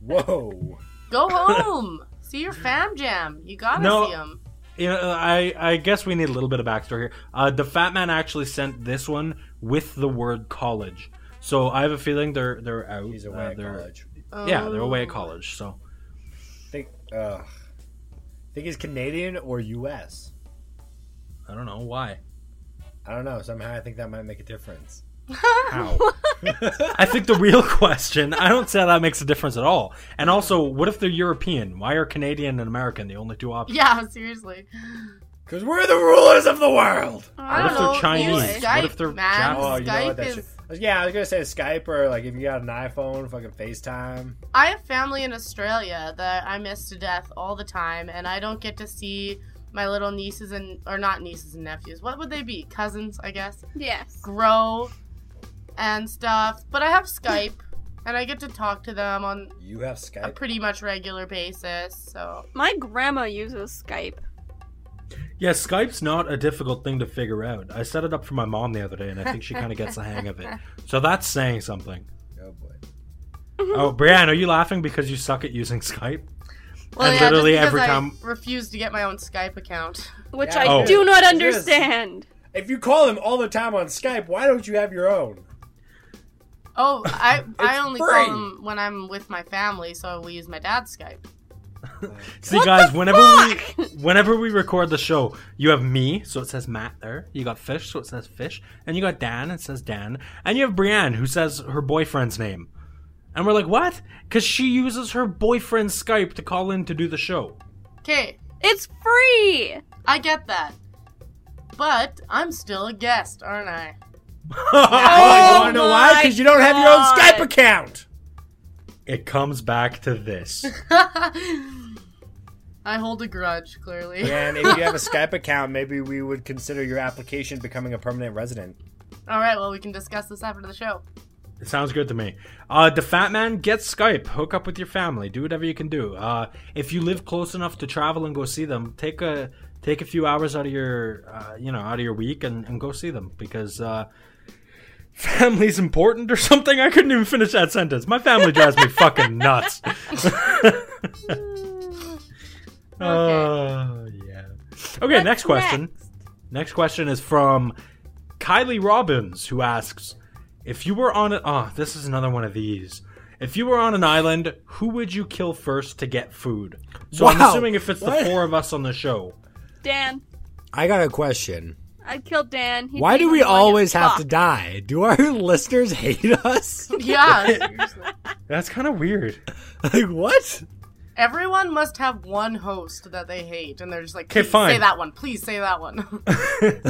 A: Whoa.
D: *laughs* Go home. see your fam jam. You gotta
B: No.
D: see them.
B: You know, I I guess we need a little bit of backstory here. Uh, the Fat Man actually sent this one with the word college, so I have a feeling they're they're out.
A: He's
B: Uh,
A: away at
B: they're-
A: college.
B: Yeah, they're away at college. So
A: Think, uh, think he's Canadian or U.S.
B: I don't know why.
A: I don't know. Somehow I think that might make a
B: *laughs*
A: difference. *laughs*
B: How? I think the real question. I don't see how that makes a difference at all. And also, what if they're European? Why are Canadian and American the only two options?
D: *laughs* Yeah, seriously.
A: Because we're the rulers of the world.
D: I
B: What
D: don't
B: if they're
E: Oh,
D: know.
B: Chinese?
D: Use
B: What
D: Skype,
B: if they're
D: man.
B: Japanese?
A: Oh, you know
D: Skype
A: what that
D: is.
A: shit. Yeah, I was gonna say Skype or like if you got an iPhone, fucking FaceTime.
D: I have family in Australia that I miss to death all the time, and I don't get to see my little nieces and or not nieces and nephews. What would they be? Cousins, I guess.
E: Yes.
D: grow and stuff. But I have Skype and I get to talk to them on
A: You have
D: a
A: Skype.
D: pretty much regular basis. So
E: My grandma uses Skype.
B: Yeah, Skype's not a difficult thing to figure out. I set it up for my mom the other day, and I think she kind of gets the hang of it. So that's saying something.
A: Oh boy.
B: Oh, Brianne, are you laughing because you suck at using Skype? And
D: just
B: literally
D: because
B: every
D: I
B: time-
D: refuse to get my own Skype account.
E: which
A: Yeah,
E: I
B: Oh.
E: do not
A: it is.
E: understand.
A: If you call him all the time on Skype, why don't you have your own?
D: Oh, I I
A: It's
D: only
A: free.
B: *laughs*
D: call them when I'm with my family, so we use my dad's Skype.
B: See, guys, whenever we
A: *laughs*
B: whenever we record the show, you have me, so it says Matt there. You got Fish, so it says Fish, and you got Dan, it says Dan, and you have Brienne, who says her boyfriend's name, and we're like, what? Because she uses her boyfriend's Skype to call in to do
A: *laughs*
B: the show.
D: Okay,
E: It's free.
D: I get that. But I'm still a guest, aren't I? *laughs*
A: you want to know why?
E: Oh my
A: Because you don't have your own
E: God.
A: Oh Skype account.
B: It comes back to this.
D: I hold a grudge, clearly.
A: And if you have a Skype account, maybe we would consider your application becoming a permanent resident.
D: *laughs* All right, well, we can discuss this after the show. *laughs*
B: It sounds good to me. Uh, the fat man, get Skype. Hook up with your family. Do whatever you can do. Uh, if you live close enough to travel and go see them, take a take a few hours out of your uh, you know out of your week and, and go see them because uh, family's important or something. I couldn't even finish that sentence. My family drives me fucking nuts. *laughs*
E: *laughs*
B: Uh, yeah. Okay,
E: What's
B: next question.
E: next?
B: Next question is from Kylie Robbins, who asks If you were on a. Oh, this is another one of these. If you were on an island, who would you kill first to get food? So I'm
A: Wow.
B: assuming if it's
A: What?
B: the four of us on the show.
E: Dan.
A: I got a question.
E: I'd kill Dan. He'd
A: Why
E: be
A: do
E: the
A: we
E: one you
A: always have to
E: fuck.
A: die? Do our *laughs* listeners hate us? *laughs*
D: Yeah, seriously.
B: That's kind of weird.
A: like what?
D: Everyone must have one host that they hate, and they're just like,
B: 'Kay,
D: please
B: fine.
D: say that one, please say that one.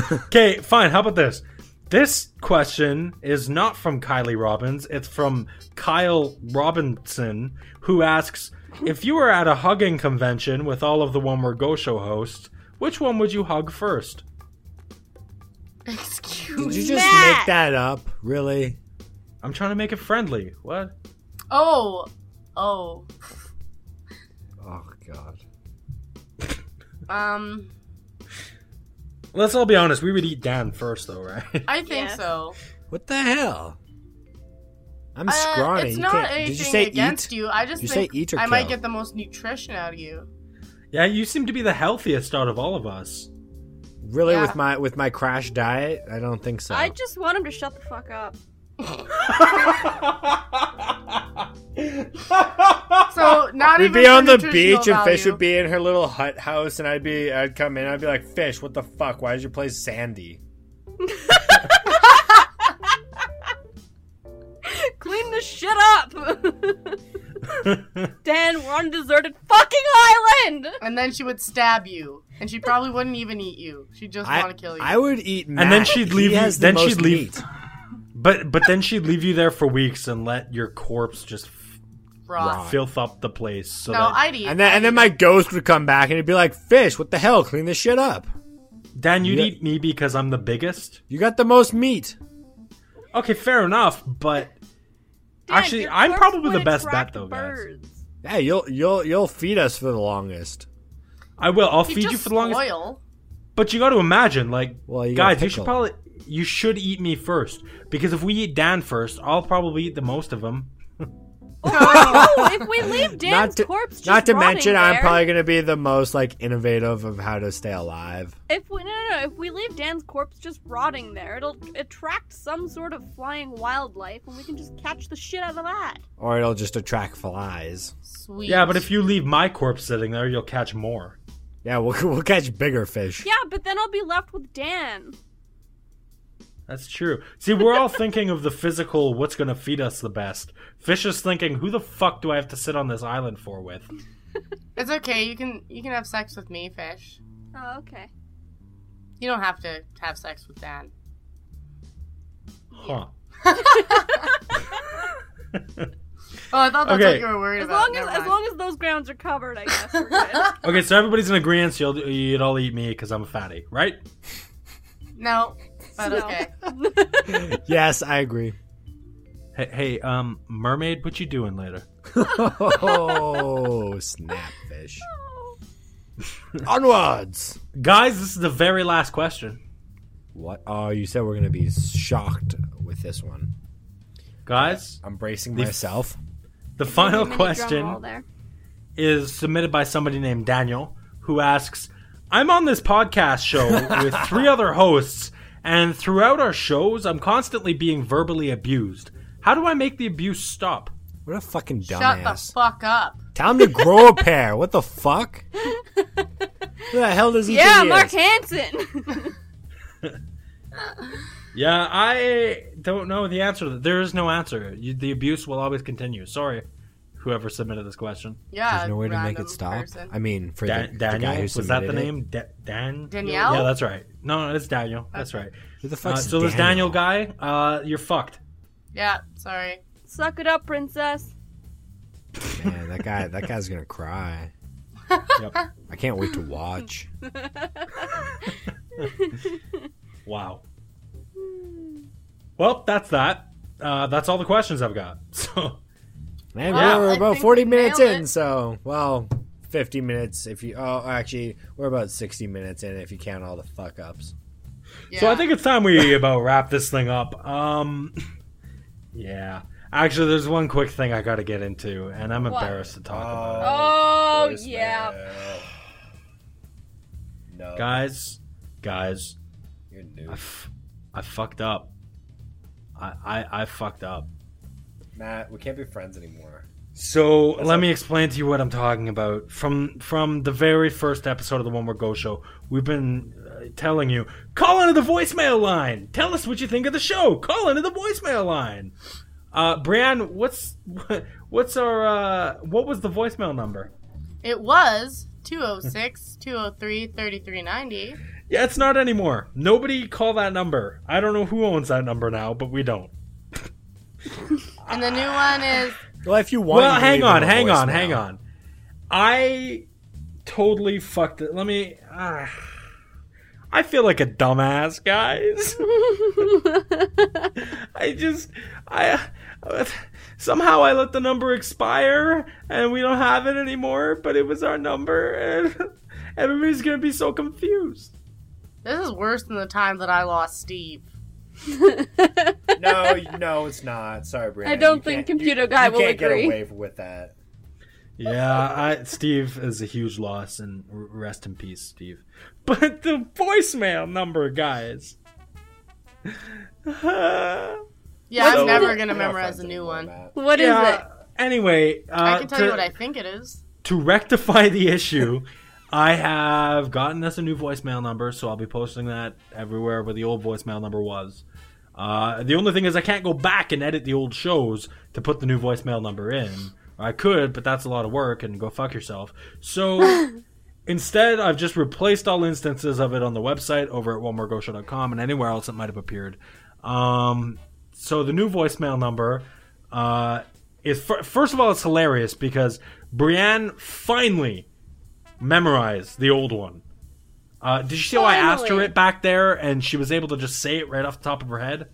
D: *laughs*
B: Okay, fine. How about this? This question is not from Kylie Robbins. It's from Kyle Robinson, who asks If you were at a hugging convention with all of the One More Go Show hosts, which one would you hug first?
A: Did
D: Excuse
A: you
D: me.
A: just
E: Matt.
A: make that up? Really?
B: I'm trying to make it friendly. What?
D: Oh, oh.
A: Oh god.
D: Um,
B: Let's all be honest. We would eat Dan first, though, right? *laughs*
D: I think
E: Yes.
D: so.
A: What the hell? I'm
D: Uh,
A: scrawny.
D: it's
A: You
D: not
A: can't-
D: anything
A: Did you say eat?
D: against you. I just
A: You say
D: think
A: eat or
D: I might
A: kill?
D: get the most nutrition out
A: *laughs*
D: of you.
B: yeah, you seem to be the healthiest out of all of us.
A: Really
D: Yeah.
A: with my with my crash diet? I don't think so.
E: I just want him to shut the fuck up.
D: So not
A: We'd
D: even
A: be
D: for
A: on the
D: nutritional
A: beach and Fish
D: value.
A: would be in her little hut house and I'd be I'd come in, I'd be like, Fish, what the fuck? Why is your place sandy?
E: Clean this shit
A: *laughs*
E: up. *laughs* Dan, we're on a deserted fucking island.
D: And then she would stab you, and she probably wouldn't even eat you. She'd just
A: I,
D: want to kill you.
A: I would eat Matt.
B: then she'd
A: He
B: leave you-
A: has the
B: then she'd
A: most
B: leave-
A: meat.
B: But but then she'd leave you there for weeks and let your corpse just f-
D: Raw.
B: filth up the place. So
D: No,
B: that-
D: I'd eat.
A: And then and then
D: I'd
A: my ghost would come back and it'd be like, Fish, what the hell? Clean this shit up.
B: Dan, you'd
A: Yeah.
B: eat me because I'm the biggest.
A: You got the most meat.
B: Okay, fair enough, but
E: Dan,
B: Actually,
E: your
B: I'm
E: corpse
B: probably
E: would
B: the best
E: attract
B: bet, though,
A: *laughs*
B: guys.
E: birds.
A: Yeah, you'll you'll you'll feed us for the longest.
B: I will. I'll
D: He'd
B: feed you
D: just
B: for the longest.
D: spoil.
B: But you got to imagine, like,
A: Well, you gotta
B: guys, you should
A: pickle.
B: probably you should eat me first because if we eat Dan first, I'll probably eat the most of them.
E: oh, if we leave Dan's
A: not to,
E: corpse, just
A: not to
E: rotting
A: mention,
E: there,
A: I'm probably gonna be the most like innovative of how to stay alive.
E: If we no, no no if we leave Dan's corpse just rotting there, it'll attract some sort of flying wildlife, and we can just catch the shit out of that.
A: Or it'll just attract flies.
D: Sweet.
B: Yeah, but if you leave my corpse sitting there, you'll catch more.
A: Yeah, we'll *laughs* we'll catch bigger fish.
E: Yeah, but then I'll be left with Dan.
B: That's true. See, we're all thinking of the physical, what's going to feed us the best. Fish is thinking, who the fuck do I have to sit on this island for with?
D: it's okay, you can you can have sex with me, fish.
E: Oh, okay.
D: You don't have to have sex with Dan.
B: Huh.
D: Oh, I thought that's
B: Okay.
D: what you were worried
E: As
D: about.
E: long as
D: Never
E: as
D: mind.
E: long as those grounds are covered, I guess
D: *laughs*
E: we're good.
B: Okay, so everybody's in agreement. You'll you'd all eat me because I'm a fatty, right?
E: *laughs*
D: no, but
E: No.
D: okay.
A: Yes, I
D: *laughs*
A: agree.
B: Hey, hey, um, mermaid, what you doing later?
A: oh, snap fish.
D: Oh.
A: Onwards.
B: Guys, this is the very last question.
A: What? Oh, you said we're gonna be shocked with this one.
B: Guys,
A: I'm bracing
B: The-
A: myself.
B: the final
E: Mini drum roll
B: question
E: there.
B: is submitted by somebody named Daniel, who asks I'm on this podcast *laughs* show with three other hosts, and throughout our shows, I'm constantly being verbally abused. How do I make the abuse stop?
A: What a fucking dumbass.
D: Shut the fuck up.
A: Time to grow a pair. What the
D: *laughs*
A: fuck? Who the hell does he
E: yeah,
A: think he
E: Mark
A: is?
E: Hansen. *laughs*
B: Yeah, I don't know the answer. to that. There is no answer. You, the abuse will always continue. Sorry, whoever submitted this question.
D: Yeah.
A: There's no way to make
D: Ah, random
A: it stop.
D: person.
A: I mean, for
B: Da-
A: the, the
B: Daniel
A: guy who
B: was that the
A: submitted it.
B: name? Da- Dan.
D: Danielle?
B: Yeah, that's right. No, no, it's Daniel. That's right.
A: Who the
B: Uh,
A: fuck's
B: so this Daniel guy, uh, you're fucked.
D: Yeah, sorry.
E: Suck it up,
D: *laughs*
E: princess. *laughs*
A: Man, that guy. That guy's gonna cry.
B: Yep.
A: I can't wait to watch.
B: Wow. Well, that's that. Uh, that's all the questions I've got. *laughs* So
A: Man,
D: Wow,
A: we're
D: I
A: about
D: think
A: 40
D: we
A: minutes
D: nailed
A: in,
D: it.
A: so, well, 50 minutes if you, oh, actually, we're about 60 minutes in if you count all the fuck ups.
D: Yeah.
B: So I think it's time we *laughs* about wrap this thing up. Um, *laughs* yeah. Actually, there's one quick thing I got to get into, and I'm
E: What?
B: embarrassed to talk about
E: Oh,
A: *sighs*
E: yeah.
A: No.
B: it. Guys, guys,
A: You're new.
B: I, f- I fucked up. I, I I fucked up.
A: Matt, we can't be friends anymore.
B: So let
A: up?
B: me explain to you what I'm talking about. From from the very first episode of the One More Go show, we've been uh, telling you call into the voicemail line. Tell us what you think of the show. Call into the voicemail line. Uh, Brian, what's *laughs* what's our uh, what was the voicemail number?
D: it was 206 203 3390.
B: Yeah, it's not anymore. Nobody call that number. I don't know who owns that number now, but we don't.
D: And the new one is
A: Well, if you want
B: well,
A: you can
B: hang
A: leave him
B: on,
A: a
B: hang on,
A: voicemail.
B: hang on. I totally fucked it. Let me. ah. I feel like a dumbass, guys. *laughs*
E: *laughs*
B: I just, I somehow I let the number expire and we don't have it anymore. But it was our number, and *laughs* everybody's gonna be so confused.
D: This is worse than the time that I lost Steve.
A: No, no, it's not. Sorry, Brandon.
E: I don't
A: You
E: think
A: can't-
E: Computer
A: you,
E: Guy
A: you
E: will
A: can't
E: agree.
A: get away with that.
B: *laughs* Yeah, I, Steve is a huge loss, and r- rest in peace, Steve. But the voicemail number, guys. *laughs* Ah.
D: Yeah, I'm
B: So-
D: never gonna
A: We're not
D: memorize
A: friends
D: a new
A: anymore,
D: one.
A: Matt.
E: what is
B: yeah. Anyway, uh,
D: I can tell
B: to,
D: you what I think it is.
B: to rectify the issue, I have gotten us a new voicemail number, so I'll be posting that everywhere where the old voicemail number was. Uh, the only thing is, I can't go back and edit the old shows to put the new voicemail number in. I could, but that's a lot of work, and go fuck yourself. So instead, I've just replaced all instances of it on the website over at onemoregoshow.com and anywhere else it might have appeared. Um, so the new voicemail number uh, is fir- first of all, it's hilarious because Brienne finally memorized the old one. Uh, did you see how I asked her
E: Finally.
B: it back there and she was able to just say it right off the top of her head?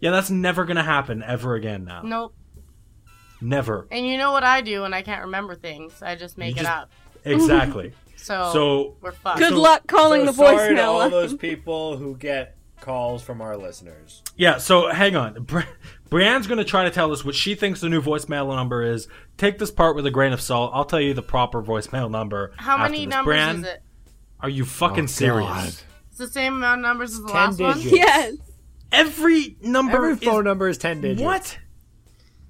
B: Yeah, that's never going to happen ever again now.
D: Nope. Mm-hmm.
B: Never.
D: And you know what I do when I can't remember things? I just make it
B: just-
D: up.
B: Exactly.
D: *laughs* So,
B: so
D: we're
E: it?
D: fucked.
E: Good
B: So-
E: luck calling
A: So
E: the
A: sorry to
E: voicemail.
A: all
E: line. *laughs*
A: those people who get calls from our listeners.
B: Yeah, so hang on. Bri- Brienne's going to try to tell us what she thinks the new voicemail number is. Take this part with a grain of salt. I'll tell you the proper voicemail number.
D: How
B: after
D: many
B: this.
D: numbers
B: Brienne,
D: is it?
B: Are you fucking
A: Oh,
B: serious?
A: God.
D: It's the same amount of numbers as the
A: Ten
D: last one?
A: digits. *laughs*
E: yes.
B: Every number
A: Every
B: is-
A: phone number is 10 digits.
B: What?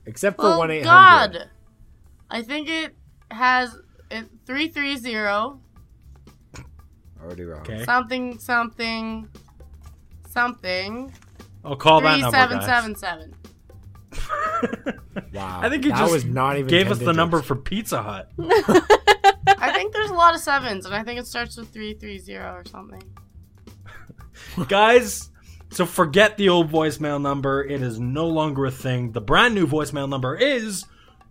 A: Except for
D: Well,
A: 1 800.
D: Oh, God. I think it has it, 330
A: Already wrong.
B: Okay.
D: something something something
B: I'll call that number. guys.
D: 3777.
A: Wow.
B: I think you
A: that
B: just
A: was not even
B: *laughs* gave
A: 10
B: us the
A: digits.
B: number for Pizza Hut.
D: I think there's a lot of sevens, and I think it starts with 330 or something.
B: *laughs* guys so forget the old voicemail number it is no longer a thing the brand new voicemail number is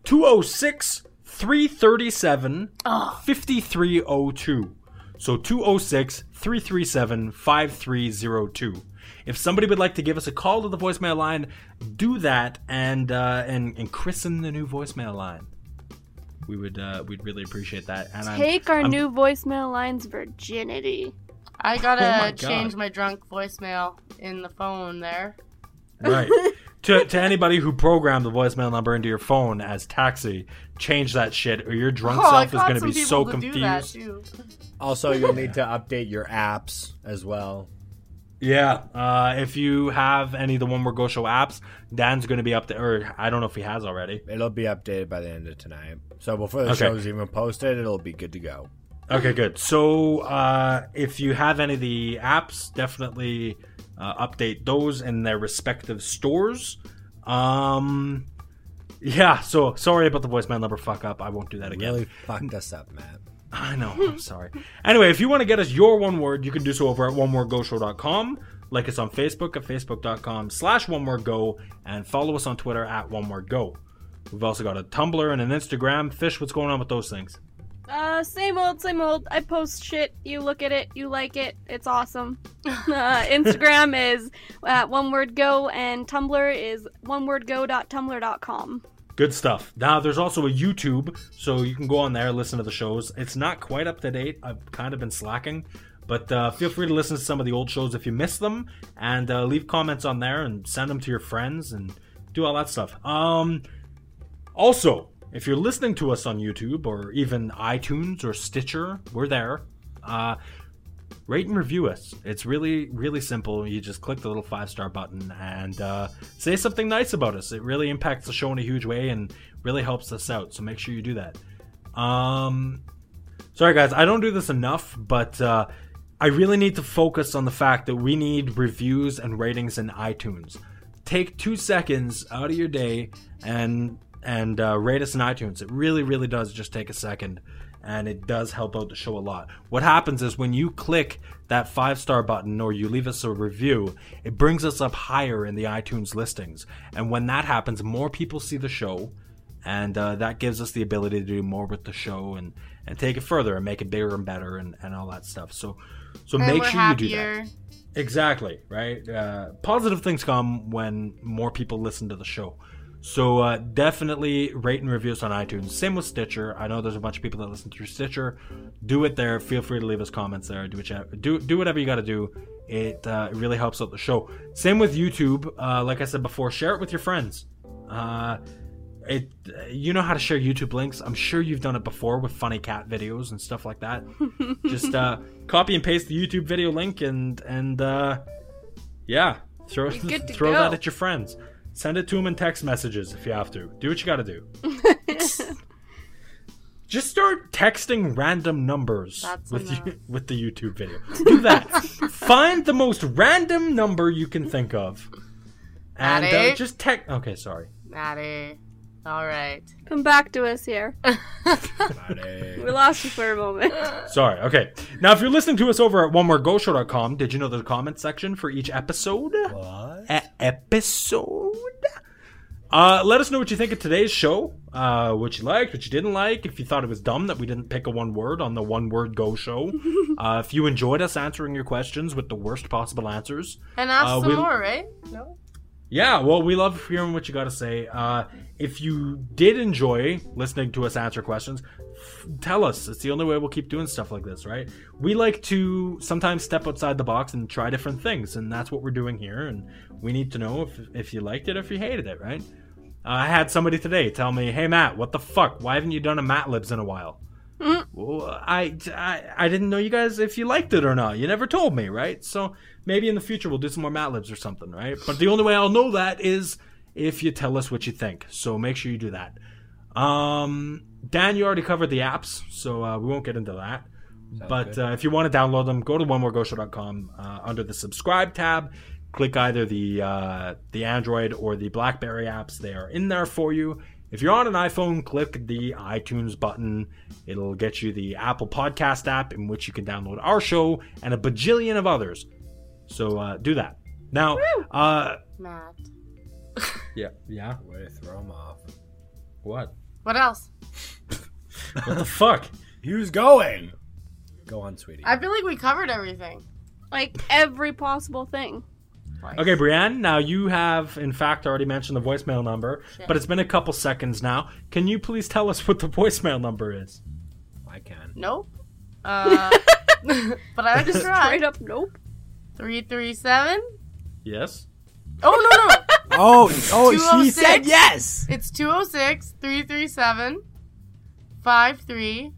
B: 206 337 5302 so 206 337 5302 if somebody would like to give us a call to the voicemail line do that and uh, and, and christen the new voicemail line we would uh, we'd really appreciate that and I'm-
E: Take our
B: I'm-
E: new voicemail line's virginity.
D: I
B: Oh
D: gotta
B: my God.
D: change my drunk voicemail in the phone there.
B: Right. to, to anybody who programmed the voicemail number into your phone as taxi, change that shit, or your
D: *laughs*
B: drunk
D: Oh,
B: self
D: I
B: is
D: caught
B: going to
D: some
B: be
D: people
B: so
D: to do that,
B: confused.
D: too.
A: Also, you'll need to update your apps as well.
B: Yeah. Uh, if you have any of the One More Go Show apps, Dan's going to be up there. Or I don't know if he has already.
A: It'll be updated by the end of tonight. So before the
B: Okay.
A: show's even posted, it'll be good to go.
B: Okay, good. So uh, if you have any of the apps, definitely uh, update those in their respective stores. Um, yeah. So sorry about the voicemail number fuck up. I won't do that again.
A: Really fucked us up, Matt.
B: I know. I'm sorry. Anyway, if you want to get us your one word, you can do so over at onemorego.com. Like us on Facebook at facebook.com slash one more go and follow us on Twitter at one more go. We've also got a Tumblr and an Instagram. Fish, what's going on with those things?
E: Uh, same old, same old. I post shit. You look at it. You like it. It's awesome. *laughs* Uh, Instagram *laughs* is at one word go, and Tumblr is one word go.tumblr.com.
B: Good stuff. Now, there's also a YouTube, so you can go on there, listen to the shows. It's not quite up to date. I've kind of been slacking, but uh, feel free to listen to some of the old shows if you miss them, and uh, leave comments on there and send them to your friends and do all that stuff. Um, also, if you're listening to us on YouTube or even iTunes or Stitcher, we're there. Uh, rate and review us. It's really, really simple. You just click the little five star button and uh, say something nice about us. It really impacts the show in a huge way and really helps us out. So make sure you do that. Um, sorry, guys, I don't do this enough, but uh, I really need to focus on the fact that we need reviews and ratings in iTunes. Take two seconds out of your day and and uh, rate us in iTunes. It really, really does just take a second, and it does help out the show a lot. What happens is when you click that five star button or you leave us a review, it brings us up higher in the iTunes listings. And when that happens, more people see the show and uh, that gives us the ability to do more with the show and and take it further and make it bigger and better and, and all that stuff so so
D: And
B: make
D: we're
B: sure you do
D: happier.
B: that exactly right uh, positive things come when more people listen to the show so uh, definitely rate and review us on itunes same with stitcher i know there's a bunch of people that listen through stitcher do it there feel free to leave us comments there do, what, do, do whatever you got to do it uh, it really helps out the show same with youtube uh, like i said before share it with your friends uh, it you know how to share youtube links i'm sure you've done it before with funny cat videos and stuff like
E: *laughs*
B: that just uh copy and paste the youtube video link and and uh yeah throw
E: You're
B: *laughs*
E: good to
B: throw
E: go.
B: that at your friends send it to them in text messages if you have to do what you gotta
E: *laughs*
B: do just start texting random numbers
D: That's
B: with
D: enough.
B: you, with the youtube video do
E: *laughs*
B: that find the most random number you can think of and uh,
D: Addy?
B: just text okay sorry
D: Maddie. All right.
E: Come back to us here.
A: Buddy.
E: We lost you for
A: *laughs*
E: a moment.
B: Sorry. Okay. Now, if you're listening to us over at onemoregoshow.com, did you know there's a comment section for each episode?
A: What?
B: E- episode? Uh, let us know what you think of today's show. Uh, what you liked, what you didn't like. If you thought it was dumb that we didn't pick a one word on the one word go show. uh, if you enjoyed us answering your questions with the worst possible answers.
D: And ask
B: Uh,
D: some
B: we'll-
D: more, right? No.
B: Yeah, well, we love hearing what you got to say. Uh, if you did enjoy listening to us answer questions, f- tell us. It's the only way we'll keep doing stuff like this, right? We like to sometimes step outside the box and try different things, and that's what we're doing here. And we need to know if, if you liked it or if you hated it, right? Uh, I had somebody today tell me, "Hey, Matt, what the fuck? Why haven't you done a Matt Libs in a while?" Well, I, I I didn't know you guys if you liked it or not. You never told me, right? So maybe in the future we'll do some more matlibs or something, right? But the only way I'll know that is if you tell us what you think. So make sure you do that. Um, Dan, you already covered the apps, so uh, we won't get into that. but uh, if you want to download them, go to onemoregoshow.com uh, under the subscribe tab. Click either the uh, the Android or the BlackBerry apps; they are in there for you. If you're on an iPhone, click the iTunes button. It'll get you the Apple Podcast app, in which you can download our show and a bajillion of others. So uh, do that now. Uh,
D: Matt.
B: yeah, yeah.
A: Way to throw him off.
B: What?
D: What else?
B: *laughs* What the fuck?
A: He was going. Go on, sweetie.
D: I feel like we covered everything.
E: Like every possible
A: *laughs*
E: thing.
B: Okay, Brienne, now you have, in fact, already mentioned the voicemail number, but it's been a couple seconds now. Can you please tell us what the voicemail number is?
A: I can.
D: Nope.
B: *laughs*
D: Uh, but I like to try.
E: Straight up, nope.
D: Three three seven.
B: Yes?
D: Oh no no!
A: *laughs* Oh, oh, she
D: 206?
A: said yes.
D: It's 206 337 53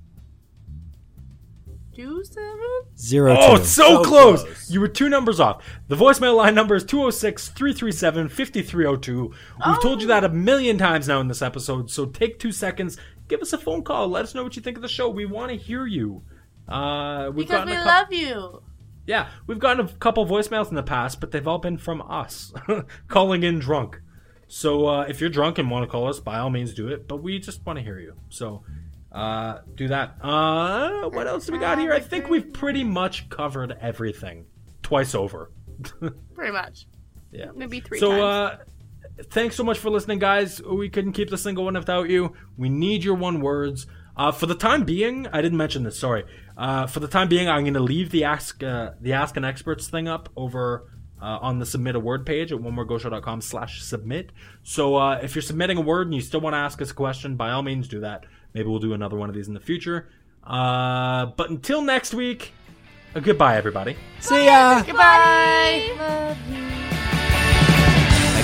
D: two seven.
A: Zero
B: Oh,
A: two.
B: it's so,
A: So
B: close.
A: close.
B: You were two numbers off. The voicemail line number is 206 337 5302. We've told you that a million times now in this episode, so take two seconds, give us a phone call, let us know what you think of the show. We want to hear you. Uh, we've
D: Because
B: gotten
D: we
B: a cou-
D: love you.
B: yeah, we've gotten a couple voicemails in the past, but they've all been from us *laughs* calling in drunk. So uh, if you're drunk and want to call us, by all means do it. But we just want to hear you. So uh, do that. Uh, what else do we got here? I think we've pretty much covered everything twice over.
D: Pretty much.
E: Maybe three
B: so
E: times.
B: uh, thanks so much for listening, guys. We couldn't keep the single one without you. We need your one words. Uh, for the time being, I didn't mention this. Sorry. Uh, for the time being, I'm going to leave the ask uh, the ask an experts thing up over uh, on the submit a word page at onemoregoshow.com slash submit. So uh, if you're submitting a word and you still want to ask us a question, by all means do that. Maybe we'll do another one of these in the future. Uh, but until next week, uh, goodbye, everybody.
A: See ya.
D: Goodbye.
F: I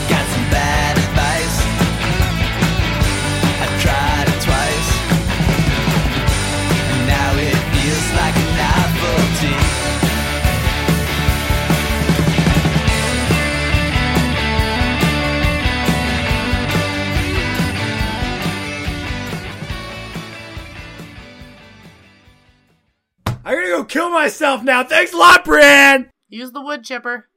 F: got some bad advice. I tried it twice. And now it feels like a novelty.
A: I'm gonna go kill myself now. Thanks a lot, Brian.
D: Use the wood chipper.